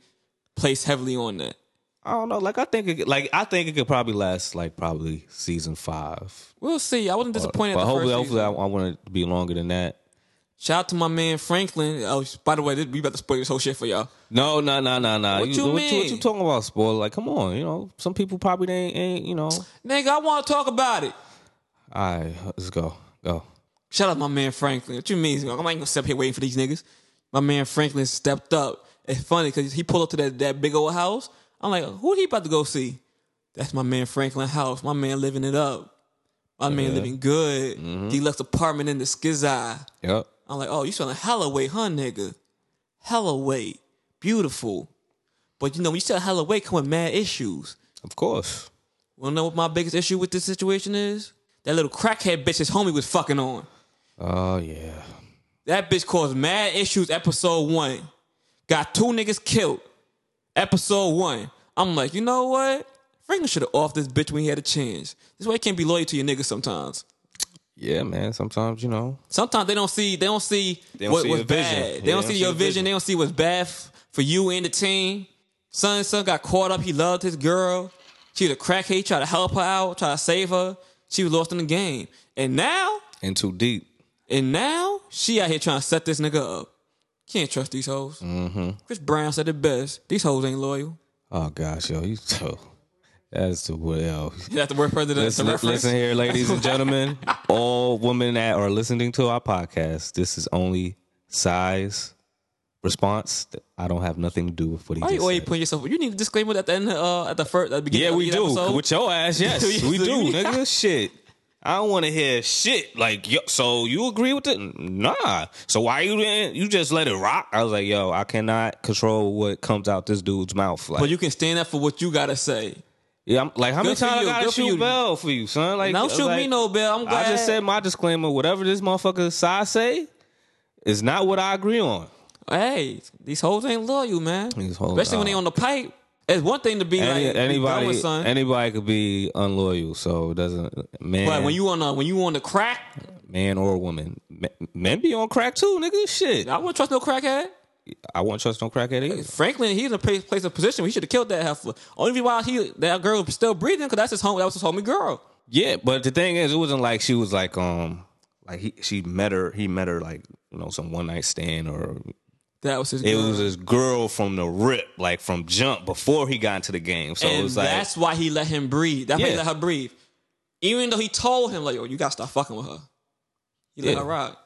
S1: placed heavily on that.
S2: I don't know. Like I think, it, like I think it could probably last like probably season five.
S1: We'll see. I wasn't disappointed.
S2: But
S1: at the
S2: hopefully,
S1: first
S2: hopefully, I,
S1: season.
S2: I want it to be longer than that.
S1: Shout out to my man Franklin. Oh, by the way, this, we about to spoil this whole shit for y'all.
S2: No, no, no, no, no.
S1: What you
S2: what, You, what
S1: mean?
S2: you talking about, spoiler? Like, come on, you know, some people probably they ain't, ain't you know. All
S1: Nigga, I want to talk about it.
S2: right, let's go, go.
S1: Shout out my man Franklin. What you mean? I'm not gonna sit up here waiting for these niggas. My man Franklin stepped up. It's funny because he pulled up to that, that big old house. I'm like, who he about to go see? That's my man Franklin house. My man living it up. My man living good. Deluxe apartment in the skizzy.
S2: Yep.
S1: I'm like, oh, you selling hella weight, huh, nigga? Hella weight. Beautiful. But you know, when you sell hella weight, come with mad issues.
S2: Of course.
S1: Wanna know what my biggest issue with this situation is? That little crackhead bitch his homie was fucking on.
S2: Oh yeah.
S1: That bitch caused mad issues. Episode one, got two niggas killed. Episode one, I'm like, you know what? Franklin should have off this bitch when he had a chance. This way, you can't be loyal to your niggas sometimes.
S2: Yeah, man. Sometimes you know.
S1: Sometimes they don't see they don't see
S2: don't
S1: what
S2: see
S1: was
S2: your vision.
S1: bad. They
S2: Yeah,
S1: don't see your vision.
S2: vision.
S1: They don't see what's bad f- for you and the team. Son, son got caught up. He loved his girl. She was a crackhead. He tried to help her out. Tried to save her. She was lost in the game. And now
S2: And too deep.
S1: And now she out here trying to set this nigga up. Can't trust these hoes. Chris Brown said it best. These hoes ain't loyal.
S2: Oh gosh, yo, you so that's the what yo.
S1: That's the word president. That's the
S2: Listen,
S1: reference.
S2: listen here, ladies and gentlemen, all women that are listening to our podcast, this is only size response. I don't have nothing to do with what he
S1: Why you
S2: just
S1: always
S2: said.
S1: putting yourself? You need a disclaimer at the end, uh, at the first, at the beginning.
S2: Yeah,
S1: of
S2: we
S1: each
S2: do.
S1: episode.
S2: With your ass, yes, we do. Nigga, shit. I don't want to hear shit. Like, yo, so you agree with it? Nah. So why you didn't? You just let it rock? I was like, yo, I cannot control what comes out this dude's mouth. Like,
S1: but you can stand up for what you gotta say.
S2: yeah, I'm, like how many
S1: Good for
S2: times
S1: you,
S2: I gotta
S1: good for
S2: shoot
S1: you.
S2: bell for you, son? Like, uh,
S1: Don't shoot
S2: like,
S1: me no bill. I'm glad.
S2: I just said my disclaimer. Whatever this motherfucker side say is not what I agree on.
S1: hey, these hoes ain't loyal, man.
S2: These hoes
S1: Especially when
S2: are.
S1: they on the pipe. It's one thing to be
S2: Any,
S1: like anybody,
S2: anybody,
S1: son.
S2: anybody could be unloyal, so it doesn't man.
S1: but when you on a, when you on the crack,
S2: man or woman, Ma- men be on crack too, nigga. Shit,
S1: I wouldn't trust no crackhead.
S2: I won't trust no crackhead either.
S1: Franklin, he's in a place, place of position where he should have killed that heifer. Only reason why he that girl was still breathing because that's his home. That was his homie girl.
S2: Yeah, but the thing is, it wasn't like she was like um like he she met her he met her like you know some one night stand or
S1: That was his.
S2: it
S1: girl.
S2: was this girl from the rip like from jump before he got into the game. So it
S1: and
S2: was like
S1: that's why he let him breathe. That's why he
S2: Yeah.
S1: let her breathe. Even though he told him, like, yo, you gotta stop fucking with her. He let
S2: Yeah.
S1: her rock.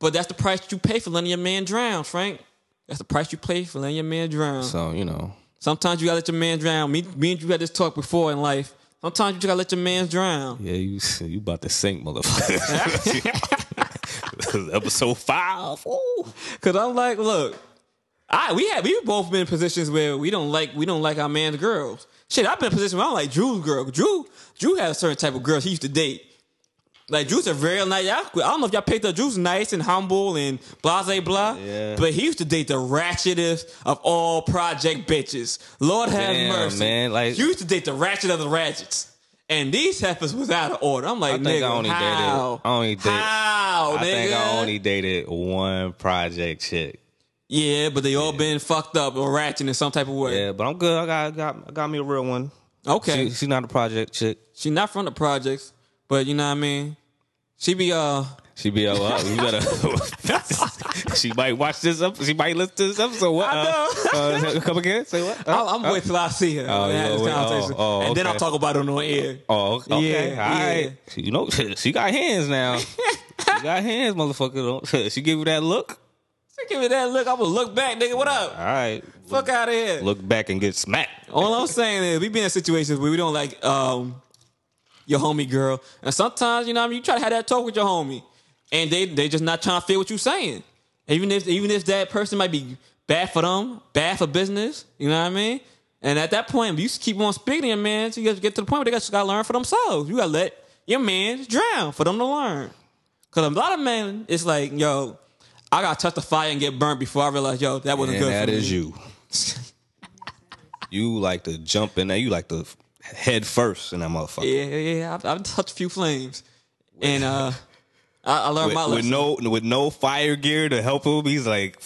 S1: But that's the price you pay for letting your man drown, Frank. That's the price you pay for letting your man drown.
S2: so you know
S1: Sometimes you gotta let your man drown. Me, me and you had this talk before in life. Sometimes you just gotta let your man drown.
S2: yeah you you about to sink motherfucker. Episode five. Ooh.
S1: Cause I'm like, look, I we had we both been in positions where we don't like we don't like our man's girls. Shit, I've been in a position where I don't like Drew's girl. Drew Drew had a certain type of girls he used to date. Like Drew's a very nice. I, I don't know if y'all picked up. Drew's nice and humble and blase blah.
S2: Yeah.
S1: But he used to date the ratchetest of all project bitches. Lord have
S2: Damn,
S1: mercy,
S2: man, like-
S1: you used to date the ratchet of the ratchets. And these heifers was out of order. I'm like,
S2: I think
S1: nigga,
S2: I only
S1: how?
S2: dated. I only dated.
S1: how,
S2: I
S1: nigga?
S2: think I only dated one project chick.
S1: Yeah, but they all been fucked up or ratchet in some type of way.
S2: Yeah, but I'm good. I got I got I got me a real one.
S1: Okay.
S2: She, she not a project chick.
S1: She not from the projects, but you know what I mean? She be uh
S2: She be all up. You better. she might watch this up. She might listen to this episode. What?
S1: I Oh.
S2: know. Uh, come again? Say what? Uh,
S1: I'll, I'm wait till I see her
S2: Oh,
S1: and have
S2: yeah,
S1: this
S2: wait, oh,
S1: conversation.
S2: oh,
S1: and then I'll
S2: okay.
S1: talk about it on air.
S2: oh, okay.
S1: Yeah,
S2: all right.
S1: yeah.
S2: She- You know, she got hands now. she got hands, motherfucker. Don't, she give you that look.
S1: She give me that look, I'm gonna look back, nigga. What up?
S2: All right.
S1: Fuck out of here.
S2: Look back and get smacked.
S1: All I'm saying is we been in situations where we don't like um your homie girl. And sometimes, you know what I mean, you try to have that talk with your homie. And they they just not trying to feel what you saying. Even if even if that person might be bad for them, bad for business, you know what I mean? And at that point, you keep on speaking to your man, so you guys get to the point where they just gotta learn for themselves. You gotta let your man drown for them to learn. Cause a lot of men, it's like, yo, I gotta touch the fire and get burnt before I realize, yo, that wasn't
S2: And
S1: good.
S2: that
S1: for
S2: is
S1: me.
S2: you. you like to jump in there. You like to f- head first in that motherfucker.
S1: Yeah, yeah, yeah. I've, I've touched a few flames, and uh, I, I learned my
S2: With, with
S1: lesson.
S2: no with no fire gear to help him, he's like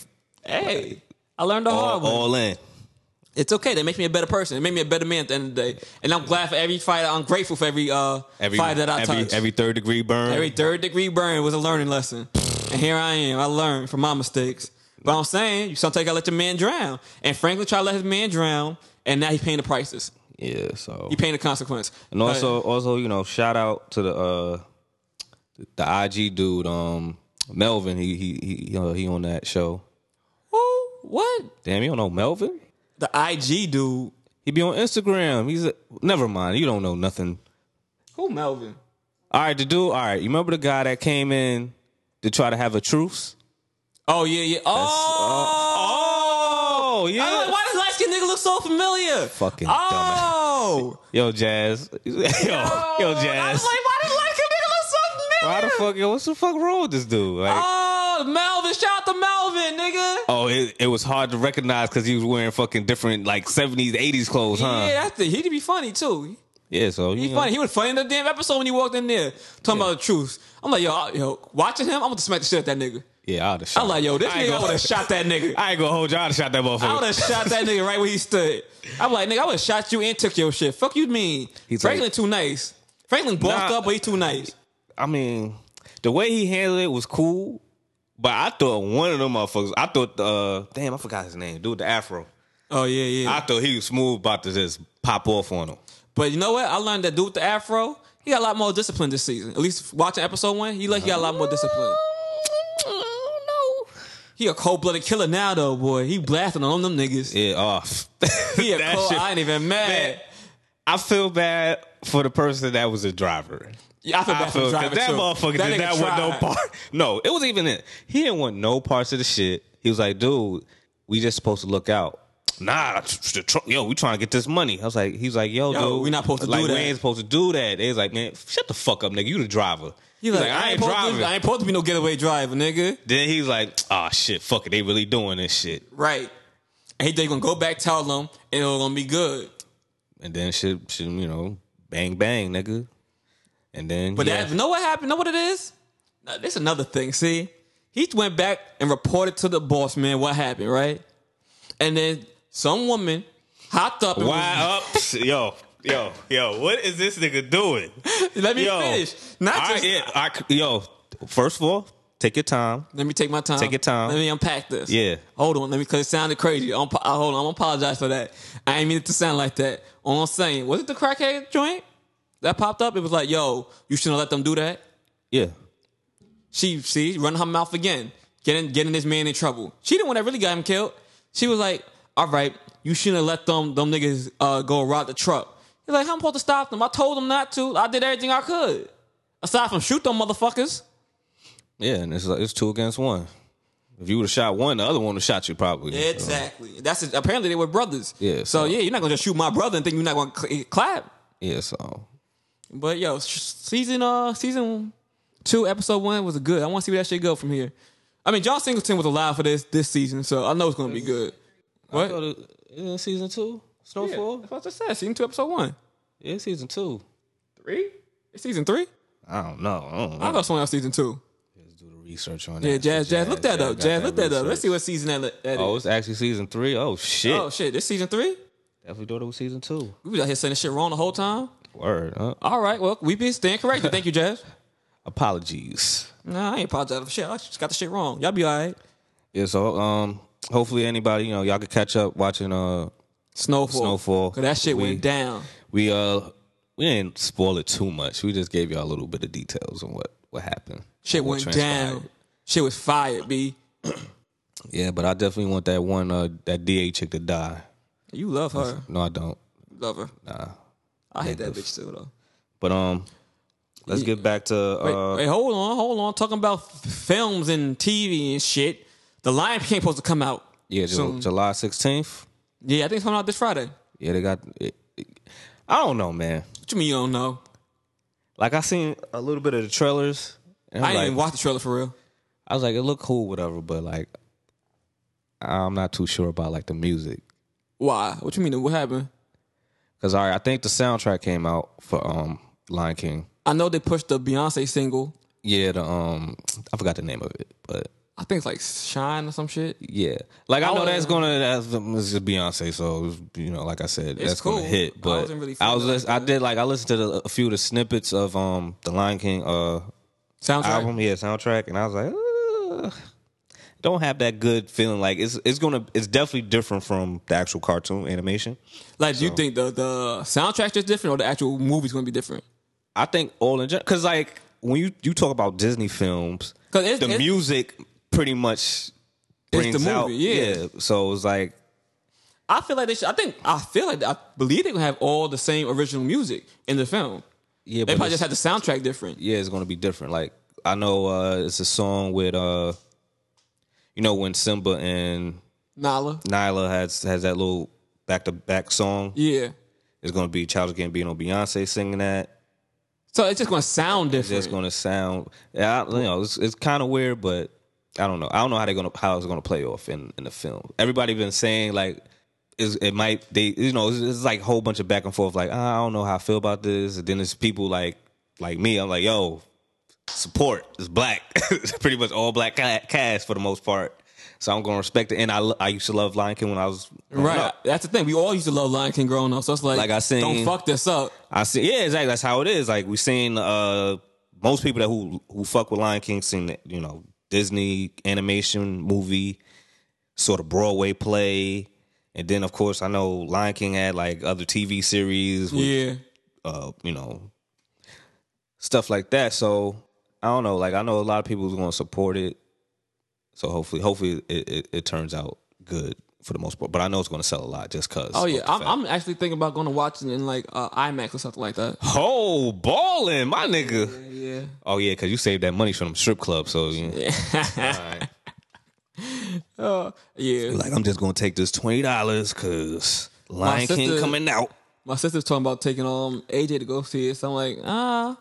S1: hey, I learned the hard
S2: all,
S1: way.
S2: all in.
S1: It's okay. That makes me a better person. It made me a better man at the end of the day. And I'm glad for every fight. I'm grateful for every uh
S2: Every
S1: fight that I
S2: every,
S1: touched. Every,
S2: every third degree burn.
S1: third degree burn was a learning lesson, and here I am. I learned from my mistakes. But I'm saying, you sometimes gotta let your man drown. And Franklin tried to let his man drown, and now he's paying the prices.
S2: yeah, so
S1: He's paying the consequence.
S2: and also also you know shout out to the uh the IG dude um Melvin he he he you know, he on that show.
S1: who? What?
S2: Damn, you don't know Melvin?
S1: The IG dude.
S2: He be on Instagram. He's a, never mind. You don't know nothing.
S1: Who Melvin?
S2: All right, the dude. All right, you remember the guy that came in to try to have a truce?
S1: Oh yeah, yeah. Oh,
S2: uh, Oh yeah.
S1: I'm like, why does light skinned nigga look so familiar?
S2: Fucking
S1: oh,
S2: Yo, Jazz. yo, yo,
S1: I was
S2: Jazz.
S1: like, why does light skinned nigga look so familiar?
S2: Why the fuck? Yo, what's the fuck wrong with this dude? Like,
S1: Oh, Melvin! Shout out to Melvin, nigga.
S2: oh, it, it was hard to recognize because he was wearing fucking different like seventies, eighties clothes, huh?
S1: Yeah, that's the he'd be funny too.
S2: Yeah, so you
S1: He
S2: know,
S1: funny. He was funny in the damn episode when he walked in there talking about the truth. I'm like, yo, I- yo, watching him, I'm gonna smack the shit out that nigga.
S2: Yeah, I'd have shot.
S1: I'm like, yo, this
S2: I ain't
S1: nigga
S2: gonna-
S1: would have shot that nigga.
S2: I ain't gonna hold you. I'd have shot that
S1: I
S2: motherfucker.
S1: would have shot that nigga right where he stood. I'm like, nigga, I would have shot you and took your shit. Fuck you mean?
S2: He's
S1: Franklin
S2: like-
S1: too nice. Franklin bossed
S2: Nah.
S1: up, but he too nice.
S2: I mean, the way he handled it was cool, But I thought one of them motherfuckers. I thought uh, damn, I forgot his name. Dude, with the afro.
S1: Oh yeah, yeah.
S2: I thought he was smooth about to just pop off on him.
S1: but you know what? I learned that dude with the afro, he got a lot more discipline this season. At least watching episode one, he like he got a lot more discipline. Mm, He a cold blooded killer now though, boy. He blasting on them niggas.
S2: Yeah, off.
S1: He a cold. I ain't even mad.
S2: Man, I feel bad for the person that was a driver.
S1: Yeah, I feel bad for the
S2: 'cause
S1: driver
S2: that
S1: too.
S2: motherfucker
S1: That
S2: did
S1: nigga
S2: not want no
S1: tried.
S2: part. No, it was even it. He didn't want no parts of the shit. He was like, dude, we just supposed to look out. Nah, t- t- tr- yo, we trying to get this money. I was like, he's like, yo,
S1: Yo,
S2: dude,
S1: we not supposed to
S2: like,
S1: do that.
S2: We ain't supposed to do that. They was like, man, shut the fuck up, nigga. You the driver.
S1: He
S2: He's like, I ain't
S1: supposed to-
S2: driving.
S1: I ain't supposed to be no getaway driver, nigga.
S2: Then he's like, ah, shit, fuck it. They really doing this shit.
S1: Right. And they gonna go back tell them and it'll gonna be good.
S2: And then shit, shit, you know, bang bang, nigga. And then
S1: But
S2: yeah,
S1: that know what happened? Know what it is? Now, this another thing. See, he went back and reported to the boss man what happened, right? And then some woman hopped up. And was-
S2: why up, yo, yo, yo. What is this nigga doing?
S1: let me
S2: Yo.
S1: finish. Not
S2: I,
S1: just.
S2: yeah, I c- yo. First of all, take your time.
S1: Let me take my time.
S2: Take your time.
S1: Let me unpack this.
S2: Yeah.
S1: Hold on. Let me because it sounded crazy. I'm, I, hold on. I'm gonna apologize for that. I ain't mean it to sound like that. All I'm saying was it the crackhead joint that popped up. It was like, yo, you shouldn't let them do that.
S2: Yeah,
S1: She see running her mouth again, getting getting this man in trouble. She the one that really got him killed. She was like, "All right, you shouldn't have let them them niggas uh, go rob the truck." He's like, "How am I supposed to stop them? I told them not to. I did everything I could, aside from shoot them motherfuckers."
S2: yeah. And it's like it's two against one. If you would have shot one, the other one would have shot you probably. So,
S1: Exactly. That's it. apparently they were brothers.
S2: Yeah,
S1: So,
S2: so-
S1: yeah, you're not gonna just shoot my brother and think you're not gonna cl- eh, clap.
S2: yeah. So
S1: But yo, sh- season uh season two episode one was good. I want to see where that shit go from here. I mean, John Singleton was alive for this this season, so I know it's gonna be good. What?
S2: Go to- yeah, season two,
S1: Four?
S2: Snowfall.
S1: That's what I just said. Season two, episode one.
S2: Yeah, season two.
S1: Three? It's season three?
S2: I don't know. I don't know.
S1: I thought someone else season two.
S2: Let's do the research on that.
S1: Yeah, Jazz, Jazz, look that up.
S2: got
S1: Jazz, look that up.
S2: research.
S1: Let's see what season that, that is.
S2: Oh,
S1: Oh,
S2: it's actually season three. Oh shit!
S1: shit, this season three?
S2: Definitely thought it was season two.
S1: We was out here saying this shit wrong the whole time.
S2: Word. Huh?
S1: All right, well, we been staying corrected. Thank you, Jazz.
S2: Apologies.
S1: Nah, I ain't apologizing for shit. I just got the shit wrong. Y'all be all right.
S2: Yeah. So um, hopefully anybody you know y'all can catch up watching uh
S1: Snowfall.
S2: Snowfall.
S1: Cause that shit
S2: We-
S1: went down.
S2: we uh we didn't spoil it too much. We just gave y'all a little bit of details on what what happened.
S1: Shit
S2: what
S1: went
S2: transpired.
S1: down. Shit was fired, B.
S2: Yeah, but I definitely want that one uh that DA chick to die.
S1: You love her.
S2: No, I don't.
S1: You love her. Nah. I hate that bitch too though.
S2: But um, let's get back to
S1: Wait,
S2: uh
S1: wait, hold on, hold on. Talking about f- films and TV and shit. The Lion King supposed to come out.
S2: yeah Ju-
S1: soon.
S2: July sixteenth.
S1: Yeah, I think it's coming out this Friday.
S2: Yeah, they got. It, it- I don't know, man.
S1: What you mean you don't know?
S2: Like I seen a little bit of the trailers. And
S1: I
S2: I'm
S1: didn't
S2: like,
S1: even watch the trailer for real.
S2: I was like, it looked cool, whatever. But like, I'm not too sure about like the music.
S1: Why? What you mean? What happened?
S2: Cause all right, I think the soundtrack came out for um Lion King.
S1: I know they pushed the Beyonce single.
S2: Yeah, the um I forgot the name of it, but
S1: I think it's like Shine or some shit.
S2: yeah, like I
S1: Oh,
S2: know that's
S1: yeah.
S2: gonna that's it's just Beyonce, so you know, like I said, that's
S1: cool.
S2: gonna hit. But I,
S1: wasn't really
S2: was
S1: feeling it
S2: lis-
S1: like
S2: I did like I listened to the, a few of the snippets of um the Lion King uh
S1: Soundtrack.
S2: album, yeah, soundtrack, and I was like, "Ugh." don't have that good feeling. Like it's it's gonna it's definitely different from the actual cartoon animation.
S1: Like, do you think the the soundtrack's just different, or the actual movie's gonna be different?
S2: I think all in general, because like when you you talk about Disney films,
S1: 'Cause it's-
S2: the
S1: it's-
S2: music pretty much
S1: the
S2: brings
S1: movie,
S2: out.
S1: yeah.
S2: so it's like
S1: I feel like they should. I think I feel like I believe they're gonna have all the same original music in the film.
S2: yeah,
S1: They
S2: but
S1: probably
S2: it's-
S1: just had the soundtrack different.
S2: yeah, it's gonna be different. Like I know uh it's a song with uh, you know when Simba and
S1: Nala.
S2: Nyla has has that little back to back song.
S1: Yeah.
S2: It's gonna be Childish Gambino, Beyonce singing that.
S1: So it's just gonna sound different.
S2: It's gonna sound yeah, I, you know, it's, it's kind of weird, but I don't know. I don't know how they're gonna how it's gonna play off in, in the film. Everybody been saying like it's, it might they you know it's, it's like a whole bunch of back and forth. Like "Ah, I don't know how I feel about this, and then there's people like like me. I'm like yo, support is black. it's pretty much all black ca- cast for the most part. So I'm gonna respect it. And I lo- I used to love Lion King when I was growing
S1: Right.
S2: up.
S1: That's the thing. We all used to love Lion King growing up. So it's like,
S2: Like I seen-
S1: don't fuck this up.
S2: I see. Yeah, exactly. That's how it is. Like we seen uh most people that who who fuck with Lion King seen that you know Disney animation movie, sort of Broadway play, and then of course I know Lion King had like other TV series with
S1: Yeah.
S2: uh, you know, stuff like that. So I don't know. Like I know a lot of people who's going to support it. So hopefully, hopefully it, it, it turns out good for the most part. But I know it's going to sell a lot just cause.
S1: Oh yeah,
S2: of the
S1: I'm,
S2: fact.
S1: I'm actually thinking about going to watch it in like uh, IMAX or something like that.
S2: oh balling, my nigga.
S1: Yeah.
S2: Oh yeah, cause you saved that money from the strip club. So you know,
S1: Uh, yeah.
S2: like I'm just going to take this twenty dollars cause Lion King
S1: sister-
S2: coming out.
S1: My sister's talking about taking um AJ to go see it, so I'm like, ah,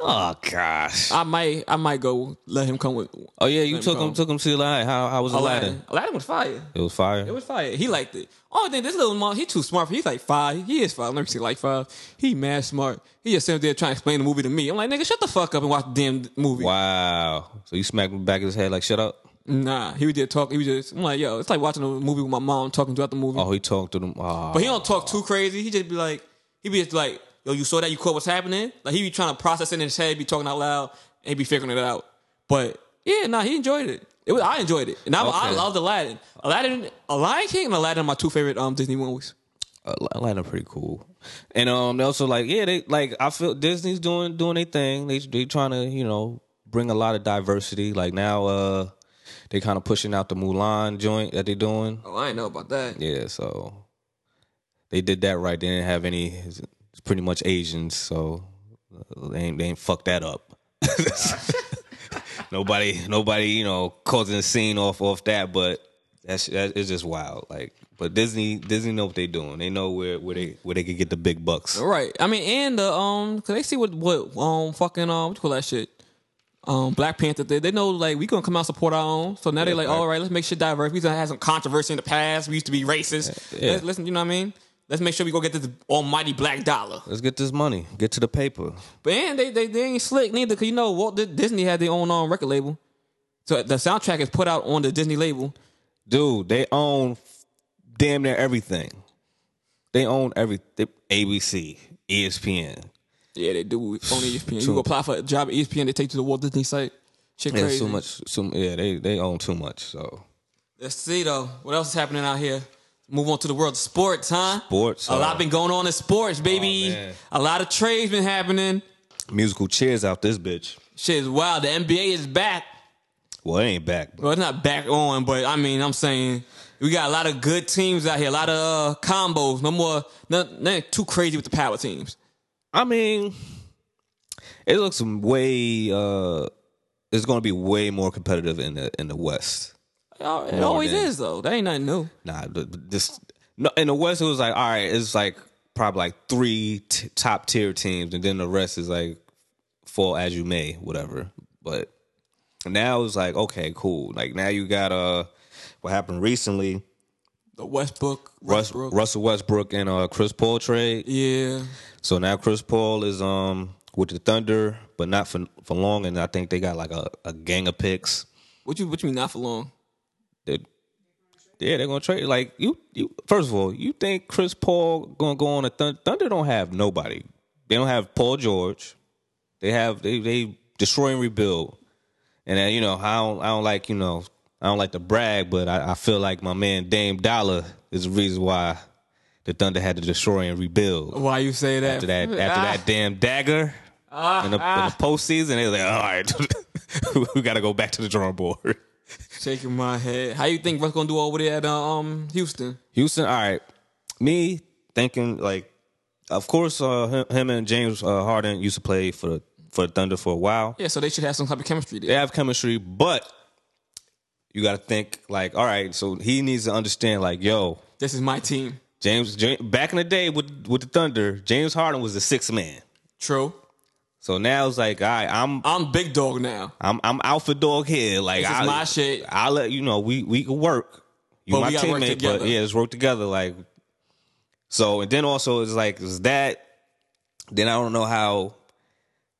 S2: Oh gosh.
S1: I might, I might go let him come with
S2: Oh yeah, you
S1: me
S2: took him
S1: go.
S2: took him to Aladdin. How how was Aladdin?
S1: Aladdin. Aladdin was fire.
S2: It was fire.
S1: Oh, It was fire. He liked it. Only thing, this little mom, he too smart. For, he's like five. He is five. Let me see, like five. He mad smart. He just sitting there trying to explain the movie to me. I'm like, nigga, shut the fuck up and watch the damn movie.
S2: wow. So you smacked him back in his head like shut up.
S1: Nah, he was just talk. He was just. I'm like, yo, it's like watching a movie with my mom talking throughout the movie.
S2: Oh, he talked to them. Oh.
S1: But he don't talk too crazy. He just be like, he be just like, yo, you saw that? You caught what's happening? Like he be trying to process it in his head, be talking out loud, and he be figuring it out. But yeah, nah, he enjoyed it. It was I enjoyed it, and I, I
S2: Okay.
S1: loved Aladdin. Aladdin, Lion King, and Aladdin are my two favorite um Disney movies.
S2: Uh, Atlanta pretty cool, and um, they also like yeah, they like I feel Disney's doing doing their thing. They they trying to you know bring a lot of diversity. Like now, uh, they kind of pushing out the Mulan joint that they doing.
S1: Oh, I didn't know about that.
S2: Yeah, so they did that right. They didn't have any. It's pretty much Asians, so uh, they ain't they ain't fucked that up. nobody, nobody, you know, causing a scene off off that, but that's that is just wild. Like, but Disney Disney know what they doing. They know where where they where they could get the big bucks.
S1: Right. I mean, and the um, cause they see what what um fucking um what you call that shit. Um, Black Panther, they, they know like we gonna come out and support our own. So now they like,
S2: right.
S1: all right, let's make shit diverse. We done had some controversy in the past. We used to be racist.
S2: Yeah.
S1: Let's, listen, you know what I mean? Let's make sure we go get this almighty black dollar.
S2: Let's get this money. Get to the paper.
S1: But and they, they they ain't slick neither, cause you know Walt Di- Disney had their own um, record label, so the soundtrack is put out on the Disney label.
S2: Dude, they own damn near everything. They own every they- ABC, ESPN.
S1: Yeah, they do. On E ESPN, you go apply for a job at E ESPN, they take you to the Walt Disney site. Shit
S2: Yeah,
S1: crazy.
S2: too much. Too, yeah, they they own too much. So
S1: Let's see though. What else is happening out here? Move on to the world of sports, huh?
S2: Sports, uh,
S1: A lot
S2: huh?
S1: been going on in sports, baby.
S2: Oh, man.
S1: a lot of trades been happening.
S2: musical chairs out this bitch.
S1: Shit is wild. The NBA is back.
S2: Well, it ain't back. But
S1: Well, it's not back on, but I mean, I'm saying we got a lot of good teams out here. A lot of uh, combos. No more. Nothing, nothing too crazy with the power teams.
S2: I mean, it looks way. uh It's going to be way more competitive in the in the West.
S1: Uh, It
S2: More
S1: always
S2: than-
S1: is though. That ain't nothing new.
S2: Nah, th- th- this no in the West it was like all right, it's like probably like three t- top tier teams, and then the rest is like fall as you may, whatever. But now it's like okay, cool. Like now you got uh what happened recently.
S1: The Westbrook,
S2: Russ,
S1: Westbrook.
S2: Russell Westbrook and uh, Chris Paul trade.
S1: yeah.
S2: So now Chris Paul is um with the Thunder, but not for for long. And I think they got like a, a gang of picks.
S1: What you what you mean not for long?
S2: They, yeah, they're gonna trade. Like you, you first of all, you think Chris Paul gonna go on a Thun- Thunder? Don't have nobody. They don't have Paul George. They have they they destroy and rebuild. And uh, you know I don't I don't like you know I don't like to brag, but I, I feel like my man Dame Dollar is the reason why the Thunder had to destroy and rebuild.
S1: Why you say that?
S2: after that after that damn dagger in, the, in the postseason, they was like, all right, we got to go back to the drawing board.
S1: Shaking my head. How you think Russ gonna do over there at uh, um Houston?
S2: Houston, all right. Me thinking like, of course, uh, him, him and James uh, Harden used to play for the for the Thunder for a while.
S1: Yeah, so they should have some type of chemistry there.
S2: They have chemistry, but you got to think like, all right, so he needs to understand like, yo,
S1: This is my team.
S2: James, James back in the day with with the Thunder, James Harden was the sixth man.
S1: True.
S2: So now it's like, all right, I'm
S1: I'm big dog now.
S2: I'm I'm alpha dog here. Like
S1: This is
S2: I,
S1: my shit.
S2: I let you know we we can work. You
S1: But
S2: my
S1: we gotta work
S2: teammate, but
S1: together.
S2: yeah, let's work together. Like so, and then also it's like is that. Then I don't know how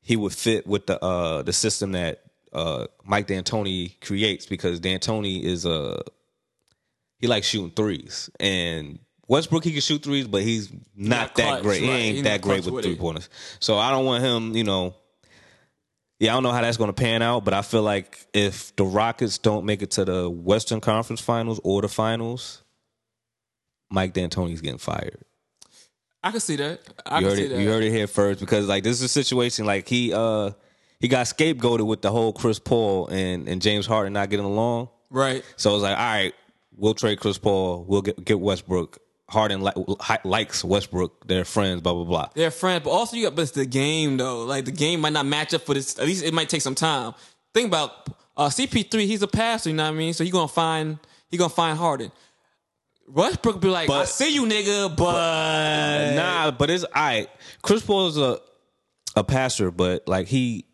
S2: he would fit with the uh the system that uh Mike D'Antoni creates because D'Antoni is a he likes shooting threes and. Westbrook, he can shoot threes, but he's not that
S1: clutch,
S2: great. He
S1: right.
S2: ain't
S1: He not
S2: that great
S1: clutch
S2: with
S1: with
S2: three
S1: it.
S2: pointers. So I don't want him, you know, yeah, I don't know how that's going to pan out, but I feel like if the Rockets don't make it to the Western Conference Finals or the Finals, Mike D'Antoni's getting fired.
S1: I can see that. I
S2: You
S1: can
S2: heard
S1: see
S2: it.
S1: that.
S2: You heard it here first because like this is a situation like he uh he got scapegoated with the whole Chris Paul and and James Harden not getting along.
S1: Right.
S2: So I was like, all right, we'll trade Chris Paul. We'll get get Westbrook. Harden li- hi- likes Westbrook. They're friends. Blah blah blah.
S1: They're friends, but also you got but it's the game though. Like the game might not match up for this. At least it might take some time. Think about uh, CP3. He's a passer. You know what I mean? So he gonna find he gonna find Harden. Westbrook be like, I
S2: But-
S1: see you, nigga, but
S2: Nah, but it's all right. Chris Paul is a a passer, but like he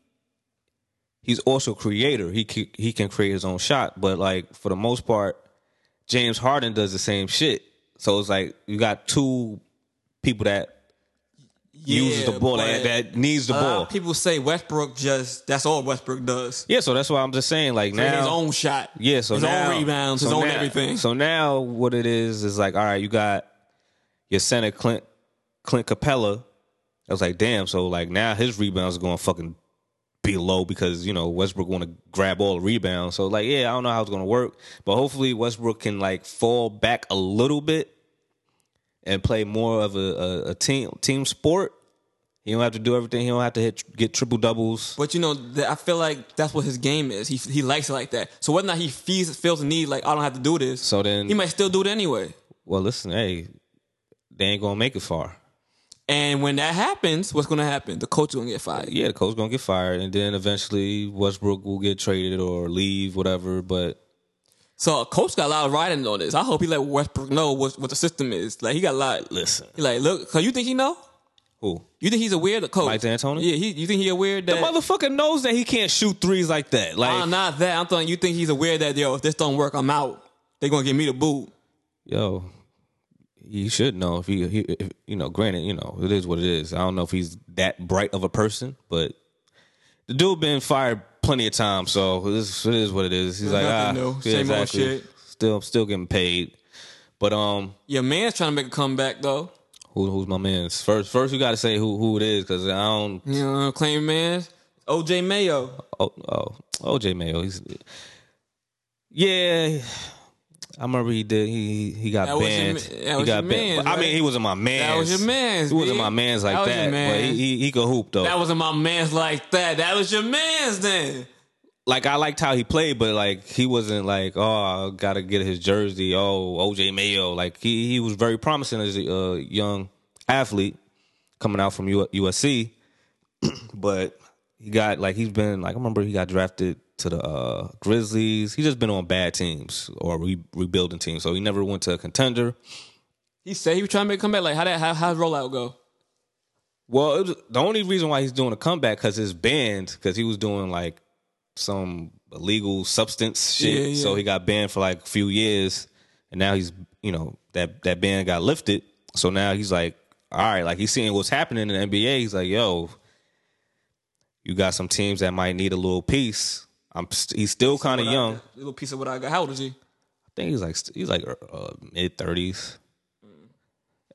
S2: he's also a creator. He c- he can create his own shot, but like for the most part, James Harden does the same shit. So it's like you got two people that
S1: yeah,
S2: uses the ball
S1: but
S2: that, that needs the
S1: a lot
S2: ball.
S1: of people say Westbrook just that's all Westbrook does.
S2: yeah, so that's why I'm just saying like
S1: Take
S2: now
S1: his own shot.
S2: Yeah, so
S1: his
S2: now,
S1: own rebounds,
S2: so
S1: his own
S2: now-
S1: everything.
S2: So now what it is is like, all right, you got your center Clint Clint Capella. I was like, damn. So like now his rebounds are going to fucking be low because you know Westbrook want to grab all the rebounds. So like, yeah, I don't know how it's going to work, but hopefully Westbrook can like fall back a little bit and play more of a, a, a team team sport. He don't have to do everything. He don't have to hit, get triple doubles.
S1: But you know, th- I feel like that's what his game is. He he likes it like that. So whether or not he feels feels the need, like I don't have to do this.
S2: So then-
S1: he might still do it anyway.
S2: Well, listen, hey, they ain't gonna make it far.
S1: And when that happens, what's going to happen? The coach going to get fired.
S2: yeah, the coach gonna get fired, and then eventually Westbrook will get traded or leave, whatever. But
S1: So coach got a lot of riding on this. I hope he let Westbrook know what what the system is. Like he got a lot.
S2: listen,
S1: He like look. So you think he know?
S2: who
S1: You think he's aware of the coach?
S2: Mike D'Antoni?
S1: Yeah. He, you think he aware that?
S2: the motherfucker knows that he can't shoot threes like that. Like,
S1: Ah, not that. I'm thinking. You think he's aware that yo, if this don't work, I'm out. They're going to give me the boot.
S2: yo, he should know if he, he if, you know. Granted, you know it is what it is. I don't know if he's that bright of a person, but the dude been fired plenty of times, so it is, it is what it is. He's like, ah,
S1: Nothing new.
S2: yeah,
S1: Same old
S2: exactly.
S1: shit.
S2: Still, still getting paid. But um,
S1: Your man's trying to make a comeback though.
S2: who, who's my man's? First, first you got to say who who it is because I don't.
S1: You know, claim man's OJ Mayo.
S2: Oh, oh, OJ Mayo. He's yeah. I remember he did. He he got
S1: That was your
S2: banned.
S1: ma- that
S2: he
S1: was your
S2: got
S1: mans,
S2: But, I mean,
S1: right?
S2: he wasn't my man.
S1: That was your mans,
S2: He wasn't
S1: B.
S2: my man's like
S1: That
S2: that.
S1: was your
S2: But he,
S1: mans.
S2: he he could hoop though.
S1: That wasn't my man's like that. That was your man's then.
S2: like I liked how he played, but like he wasn't like oh I gotta get his jersey. Oh OJ Mayo. Like he he was very promising as a uh, young athlete coming out from U- USC, but he got like he's been like I remember he got drafted to the uh, Grizzlies. He just been on bad teams or re- rebuilding teams, so he never went to a contender.
S1: He said he was trying to make a comeback. Like how that how how's rollout go?
S2: Well, it was, the only reason why he's doing a comeback because his banned because he was doing like some illegal substance shit,
S1: Yeah, yeah.
S2: so he got banned for like a few years, and now he's you know that that ban got lifted, so now he's like, all right, like he's seeing what's happening in the NBA. He's like, yo, you got some teams that might need a little piece. I'm st- he's still kind of
S1: What I-
S2: young.
S1: little piece of what I got. How old is he?
S2: I think he's like he's like uh, mid thirties,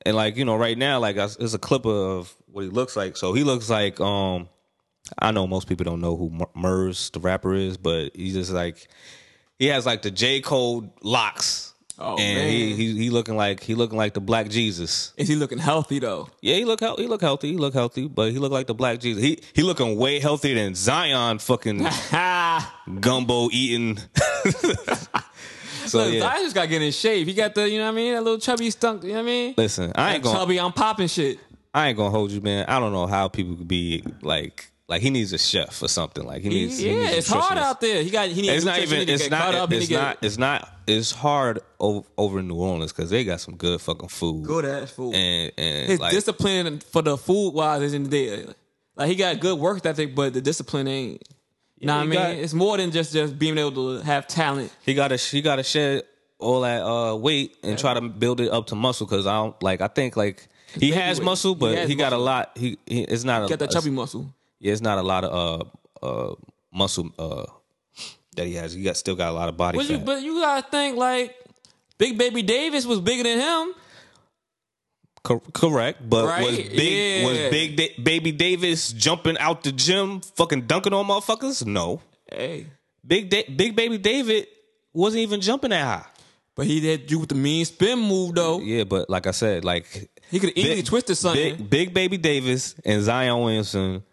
S2: and like you know, right now, like I- it's a clip of what he looks like. So he looks like um, I know most people don't know who Mer- Murs the rapper is, but he's just like he has like the J Cole locks,
S1: Oh,
S2: and he
S1: man.
S2: he he looking like he looking like the Black Jesus.
S1: Is he looking healthy though?
S2: Yeah, he look hel- he look healthy, he look healthy, but he look like the Black Jesus. He he looking way healthier than Zion fucking Oh,
S1: Ha!
S2: gumbo eating. so
S1: Look,
S2: yeah.
S1: I just got to get in shape. He got the you know what I mean that little chubby stunk. You know what I mean?
S2: Listen, I ain't gonna
S1: chubby. I'm popping shit.
S2: I ain't gonna hold you, man. I don't know how people could be like like he needs a chef or something. Like he
S1: He-
S2: needs he
S1: yeah,
S2: needs a
S1: it's hard
S2: nutritionist.
S1: out there. He got he needs
S2: It's not
S1: nutrition,
S2: even.
S1: He need to
S2: It's
S1: get caught
S2: not.
S1: up. he need
S2: It's
S1: to get
S2: not. It's not. It's hard over, over in New Orleans because they got some good fucking food.
S1: good ass food.
S2: And and
S1: His
S2: like
S1: discipline for the food wise isn't there. Like he got good work ethic, but the discipline ain't. You know what I
S2: he
S1: mean?
S2: got-
S1: it's more than just just being able to have talent.
S2: he got to she got to shed all that uh, weight and try to build it up to muscle because I don't like. I think like he
S1: baby
S2: has
S1: weight.
S2: muscle,
S1: He
S2: but he,
S1: has
S2: got a
S1: muscle.
S2: lot. He, he it's not a
S1: Got that chubby muscle.
S2: yeah, it's not a lot of uh uh muscle uh that he has. He got still got a lot of body
S1: But you,
S2: fat.
S1: but you gotta think like Big Baby Davis was bigger than him.
S2: Cor- correct, but was
S1: Right,
S2: big was
S1: yeah.
S2: big da- baby Davis jumping out the gym, fucking dunking on motherfuckers? No,
S1: Hey,
S2: big da- big baby David wasn't even jumping that high.
S1: but he did you with the mean spin move though.
S2: Yeah, but like I said, like
S1: He could easily
S2: Big-
S1: twisted something.
S2: Big, Big Baby Davis and Zion Williamson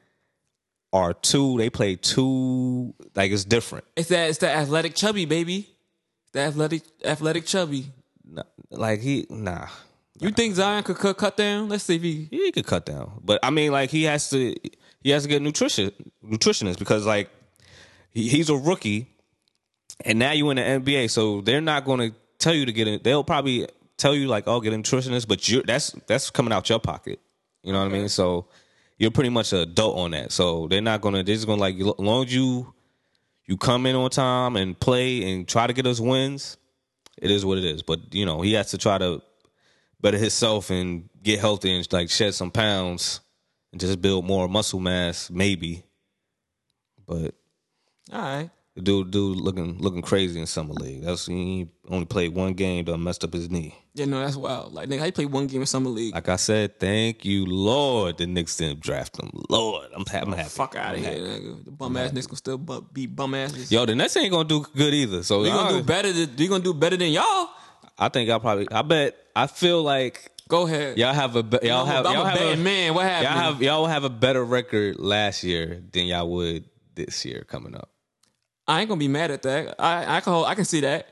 S2: are two. They play two. Like it's different.
S1: It's that it's that athletic chubby baby. The athletic athletic chubby.
S2: Nah, Like he nah.
S1: You think Zion could cut, cut down? Let's see if he.
S2: He could cut down, but I mean, like he has to. He has to get nutrition nutritionist because like he, he's a rookie, and now you in the NBA, so they're not going to tell you to get in. They'll probably tell you like, "Oh, get a nutritionist," but you that's that's coming out your pocket. You know what I mean? So you're pretty much an adult on that. So they're not going to. They're just going to like, as long as you you come in on time and play and try to get us wins, it is what it is. But you know, he has to try to better himself and get healthy and like shed some pounds and just build more muscle mass, maybe. But
S1: All right.
S2: the dude, dude, looking looking crazy in summer league. That's he only played one game, done messed up his knee.
S1: Yeah, no, that's wild. Like nigga, how you play one game in summer league?
S2: Like I said, thank you, Lord. The Knicks didn't draft him. Lord, I'm, ha- I'm happy.
S1: Fuck out of here, nigga. The bum ass niggas gonna still bu- be bum asses.
S2: Yo, the Nets ain't gonna do good either. So
S1: We gonna
S2: I,
S1: do better. Than, we gonna do better than y'all.
S2: I think I probably. I bet. I feel like
S1: Go ahead.
S2: y'all have a. be- Y'all
S1: I'm,
S2: have.
S1: a- I'm
S2: y'all
S1: a
S2: have
S1: bad man. What happened?
S2: Y'all have y'all have a better record last year than y'all would this year coming up.
S1: I ain't gonna be mad at that. I I can hold, I can see that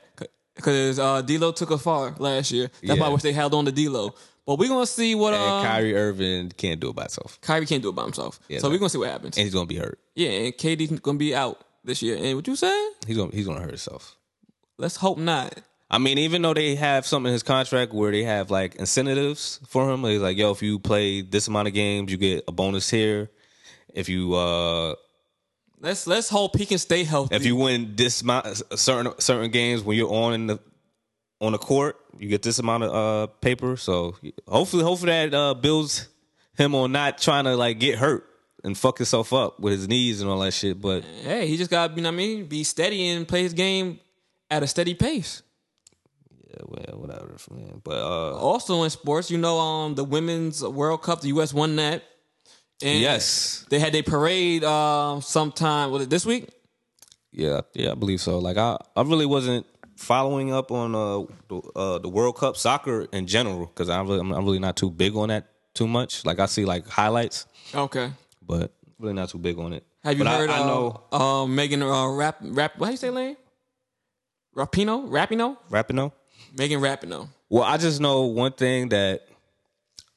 S1: because uh, D'Lo took us far last year. That's why I
S2: Yeah.
S1: wish they held on to D'Lo. But we gonna see what
S2: And
S1: uh, Kyrie.
S2: Kyrie Irving can't do it by himself,
S1: can't do it by himself.
S2: Yeah,
S1: so
S2: no.
S1: we gonna see what happens.
S2: and he's gonna be hurt.
S1: yeah, and KD's gonna be out this year. And what you saying?
S2: He's gonna he's gonna hurt himself.
S1: Let's hope not.
S2: I mean, even though they have something in his contract where they have like incentives for him, he's like, yo, if you play this amount of games, you get a bonus here. If you uh
S1: Let's let's hope he can stay healthy.
S2: if you win this amount certain certain games when you're on in the on the court, you get this amount of uh paper. So hopefully, hopefully that uh builds him on not trying to like get hurt and fuck himself up with his knees and all that shit. But
S1: hey, he just gotta, you know what I mean, be steady and play his game at a steady pace.
S2: yeah, well, whatever, man. But uh,
S1: Also in sports, you know, um, the women's World Cup, the U.S. won that. And
S2: yes,
S1: they had their parade um sometime was it this week?
S2: yeah, yeah, I believe so. Like I, I really wasn't following up on uh the, uh, the World Cup soccer in general because I'm really, I'm I'm really not too big on that too much. Like I see like highlights,
S1: Okay.
S2: but really not too big on it.
S1: Have you
S2: But I-
S1: heard?
S2: I,
S1: uh,
S2: know
S1: uh, Megan uh, rap rap. What do you say, Lane? Rapino, Rapino,
S2: Rapinoe.
S1: Megan Rapino.
S2: Well, I just know one thing that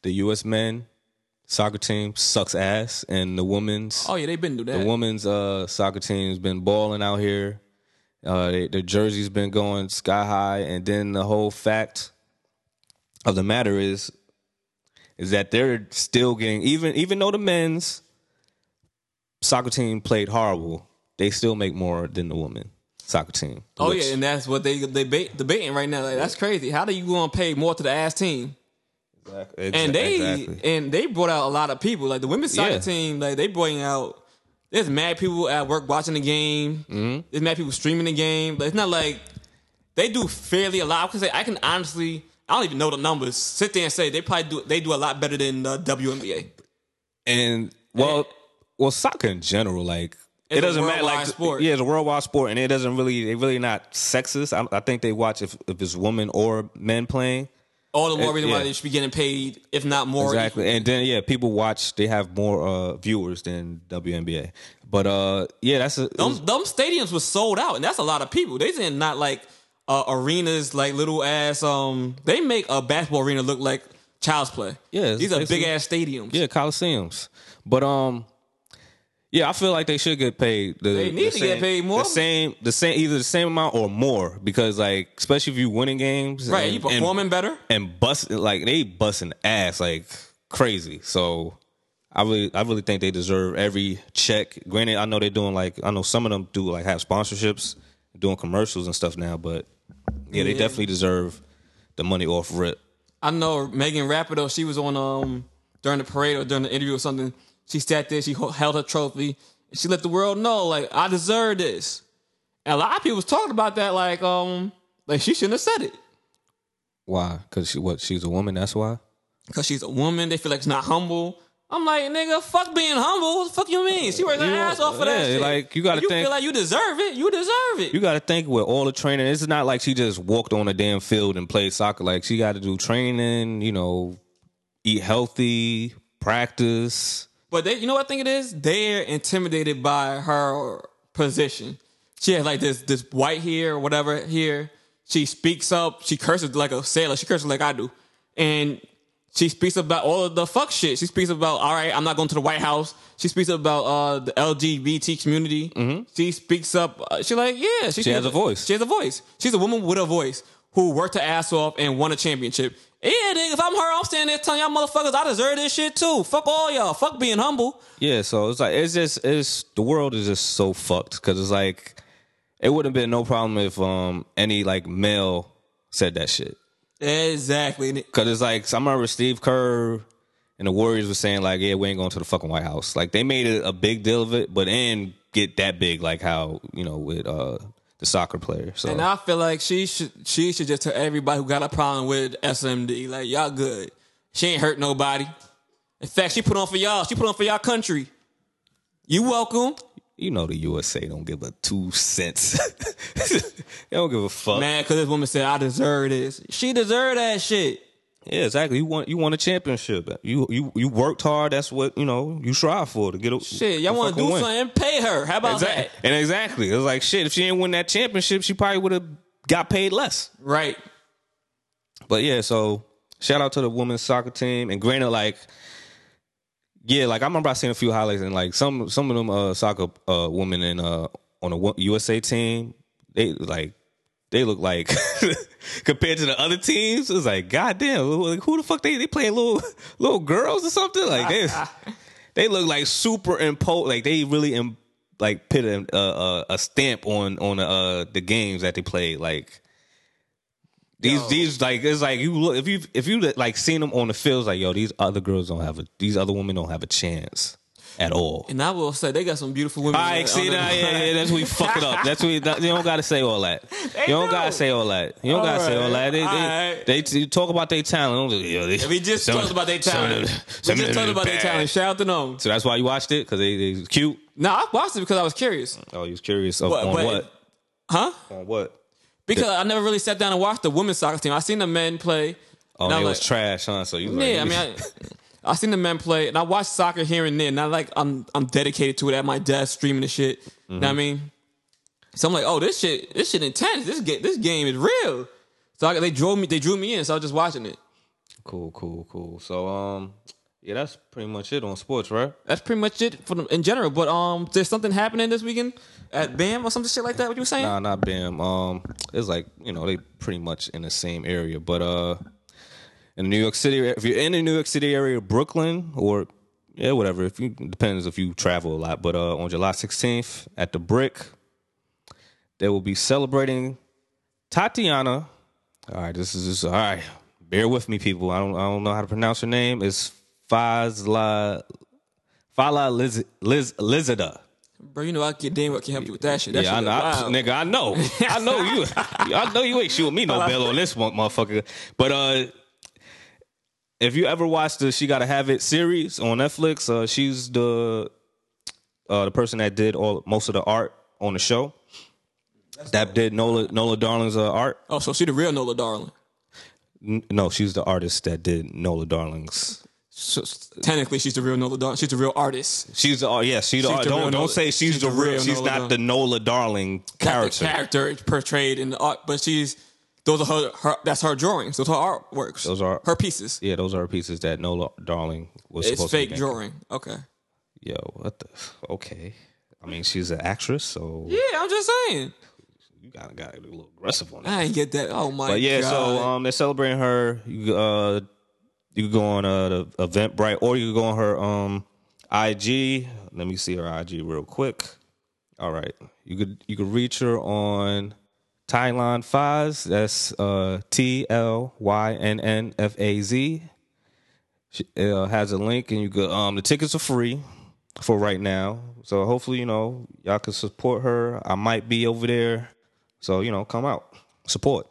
S2: the U.S. men soccer team sucks ass, and the women's
S1: Oh yeah, they've been do that.
S2: the women's uh, soccer team's been balling out here. Uh, they, their jersey's been going sky high, and then the whole fact of the matter is, is that they're still getting even even though the men's soccer team played horrible, they still make more than the women soccer team.
S1: oh
S2: which-
S1: yeah, and that's what they they bait, debating right now. Like that's crazy. How do you gonna pay more to the ass team? And they
S2: Exactly.
S1: and they brought out a lot of people. Like the women's soccer
S2: Yeah.
S1: team, like they brought out. There's mad people at work watching the game. Mm-hmm. There's mad people streaming the game. But it's not like they do fairly a lot. Because I can honestly, I don't even know the numbers. Sit there and say they probably do. They do a lot better than the WNBA.
S2: and well, well, soccer in general, like
S1: It's
S2: it
S1: a
S2: doesn't matter.
S1: worldwide
S2: Like,
S1: sport.
S2: yeah, it's a worldwide sport, and it doesn't really, they really not sexist. I, I think they watch if, if it's women or men playing.
S1: All the more reason why
S2: yeah.
S1: they should be getting paid, if not more.
S2: Exactly, and then yeah, people watch. They have more uh, viewers than WNBA, but uh, yeah, that's a,
S1: Them, them stadiums was sold out, and that's a lot of people. They did not like uh, arenas, like little ass. Um, they make a basketball arena look like child's play.
S2: Yeah, it's
S1: these are big
S2: basically-
S1: ass stadiums.
S2: yeah, coliseums. But um, yeah, I feel like they should get paid. The,
S1: They need
S2: the
S1: to get
S2: same-
S1: paid more.
S2: The same, the same, either the same amount or more, because like especially if you winning games,
S1: right.
S2: and-
S1: you
S2: and-
S1: performing better.
S2: and busting like they busting ass like crazy. So I really I really think they deserve every check. Granted, I know they're doing like I know some of them do like have sponsorships, doing commercials and stuff now, but yeah, they
S1: Yeah.
S2: definitely deserve the money off rip.
S1: I know Megan Rapido. She was on um during the parade or during the interview or something. She sat there. She ho- held her trophy. And she let the world know, like I deserve this. And a lot of people was talking about that, like um, like she shouldn't have said it.
S2: Why? Because she what? She's a woman. That's why.
S1: because she's a woman. They feel like it's not humble. I'm like, nigga, fuck being humble. What the fuck you mean? She works her
S2: You-
S1: ass off for
S2: yeah,
S1: that shit.
S2: like, you gotta
S1: you
S2: think-
S1: feel like you deserve it. You deserve it.
S2: You got to think with all the training, it's not like she just walked on a damn field and played soccer. Like she got to do training, you know, eat healthy, practice.
S1: But they, you know what I think it is? They're intimidated by her position. She has like this this white hair or whatever here. She speaks up. She curses like a sailor. She curses like I do, and she speaks about all of the fuck shit. She speaks about all right, I'm not going to the White House. She speaks about uh the LGBT community. She speaks up. Uh, she like yeah. She,
S2: Mm-hmm. has a voice.
S1: She has a voice. She's a woman with a voice who worked her ass off and won a championship. Yeah, nigga, if I'm her, I'm standing there telling y'all motherfuckers I deserve this shit too. Fuck all y'all. Fuck being humble.
S2: Yeah, so it's like it's just it's the world is just so fucked because it's like it would have been no problem if um any like male said that shit
S1: Exactly. And
S2: because it's like I remember Steve Kerr and the Warriors were saying like yeah we ain't going to the fucking White House like they made it a big deal of it but then get that big like how you know with uh the soccer player so
S1: I feel like she should she should just tell everybody who got a problem with SMD like y'all good. She ain't hurt nobody. In fact, she put on for y'all. She put on for y'all country. You welcome,
S2: You know the USA don't give a two cents. they don't give a fuck.
S1: man. Because this woman said I deserve this. She deserve that shit.
S2: Yeah, exactly. You want you want a championship. You you you worked hard. That's what you know. You strive for to get a
S1: Shit, y'all want to
S2: fucking
S1: do
S2: win.
S1: something? Pay her. How about
S2: Exactly.
S1: that?
S2: And exactly, it was like shit. If she didn't win that championship, she probably would have got paid less.
S1: Right.
S2: But yeah, so shout out to the women's soccer team. And granted, like yeah, like I remember I seen a few highlights and like some some of them uh, soccer uh, women in uh, on the wo- USA team, they like they look like compared to the other teams. It was like goddamn, like, who the fuck they they playing little little girls or something like they they look like super impo like they really Im- like put a, a a stamp on on uh the games that they played like. These
S1: Yo.
S2: these like it's like you look if you if you like seen them on the fields like yo these other girls don't have a these other women don't have a chance at all.
S1: And I will say they got some beautiful women.
S2: All right, see
S1: on the-
S2: that? Yeah, yeah, that's what you fuck it up. That's what you, that- you don't gotta say all that. You don't
S1: do.
S2: gotta say all that. You don't
S1: All
S2: gotta say all that.
S1: right,
S2: They,
S1: all
S2: they,
S1: right.
S2: they t- talk about their talent. Don't just, yo, they-
S1: We just
S2: some-
S1: talked about their
S2: some of
S1: talent.
S2: them-
S1: We
S2: some of
S1: just
S2: them
S1: talked about their
S2: bad.
S1: talent. Shout out to them.
S2: So that's why you watched it because they, they cute.
S1: No, I watched it because I was curious.
S2: Oh, you was curious of,
S1: But-
S2: on
S1: but-
S2: what?
S1: Huh?
S2: On what?
S1: Because I never really sat down and watched the women's soccer team. I seen the men play.
S2: Oh,
S1: and I
S2: it
S1: was
S2: was trash, huh? So you was
S1: like,
S2: like,
S1: yeah, I mean, I, I seen the men play, and I watched soccer here and there. And I like, I'm I'm dedicated to it at my desk, streaming the shit. You
S2: Mm-hmm.
S1: know what I mean? So I'm like, oh, this shit, this shit intense. This game, this game is real. So I, they drew me, they drew me in. So I was just watching it.
S2: cool, cool, cool. So um, yeah, that's pretty much it on sports, right?
S1: That's pretty much it for them in general. But um, there's something happening this weekend at BAM or some shit like that. What you were saying?
S2: Nah, not Bam. Um, it's like you know they pretty much in the same area, but uh, in New York City, if you're in the New York City area, Brooklyn or yeah, whatever. If you depends if you travel a lot, but uh, on July 16th at the Brick, they will be celebrating Tatiana. All right, this is this, all right. Bear with me, people. I don't I don't know how to pronounce her name. It's Fazla Fala Liz Liz Lizada.
S1: Bro, you know I can damn well can help you with that shit. That
S2: Yeah, I
S1: shit
S2: know,
S1: is
S2: I-
S1: wild.
S2: nigga. I know, I know you. I know you ain't shooting me no bell on this one, motherfucker. But uh, if you ever watched the "She Gotta Have It" series on Netflix, uh, she's the uh the person that did all most of the art on the show. that did Nola Nola Darling's uh, art.
S1: Oh, so she the real Nola Darling.
S2: N- no, she's the artist that did Nola Darling's.
S1: So, s- technically, she's the real Nola Darling. She's the real artist.
S2: She's the oh yeah, she the,
S1: She's the
S2: don't
S1: real
S2: don't
S1: Nola-
S2: say she's, the real. she's
S1: Nola
S2: not
S1: Dar-
S2: the Nola Darling
S1: Not the
S2: character.
S1: character portrayed in the art, but she's those are her. her that's her drawings. Those are her artworks.
S2: Those are-
S1: her pieces.
S2: yeah, those are pieces that Nola Darling was
S1: it's
S2: supposed to be.
S1: fake
S2: making.
S1: drawing. Okay.
S2: Yo, what the? Okay. I mean, she's an actress, so
S1: Yeah, I'm just saying.
S2: you gotta got a little aggressive on that.
S1: I ain't get that. Oh my
S2: But yeah,
S1: god.
S2: so um, they're celebrating her. You uh, you can go on uh the Eventbrite, or you can go on her um IG. Let me see her IG real quick. All right, you could you could reach her on Tylon Faz. That's uh T L Y N N F A Z. She uh, has a link, and you could um the tickets are free for right now. So hopefully, you know, y'all can support her. I might be over there, so you know, come out support.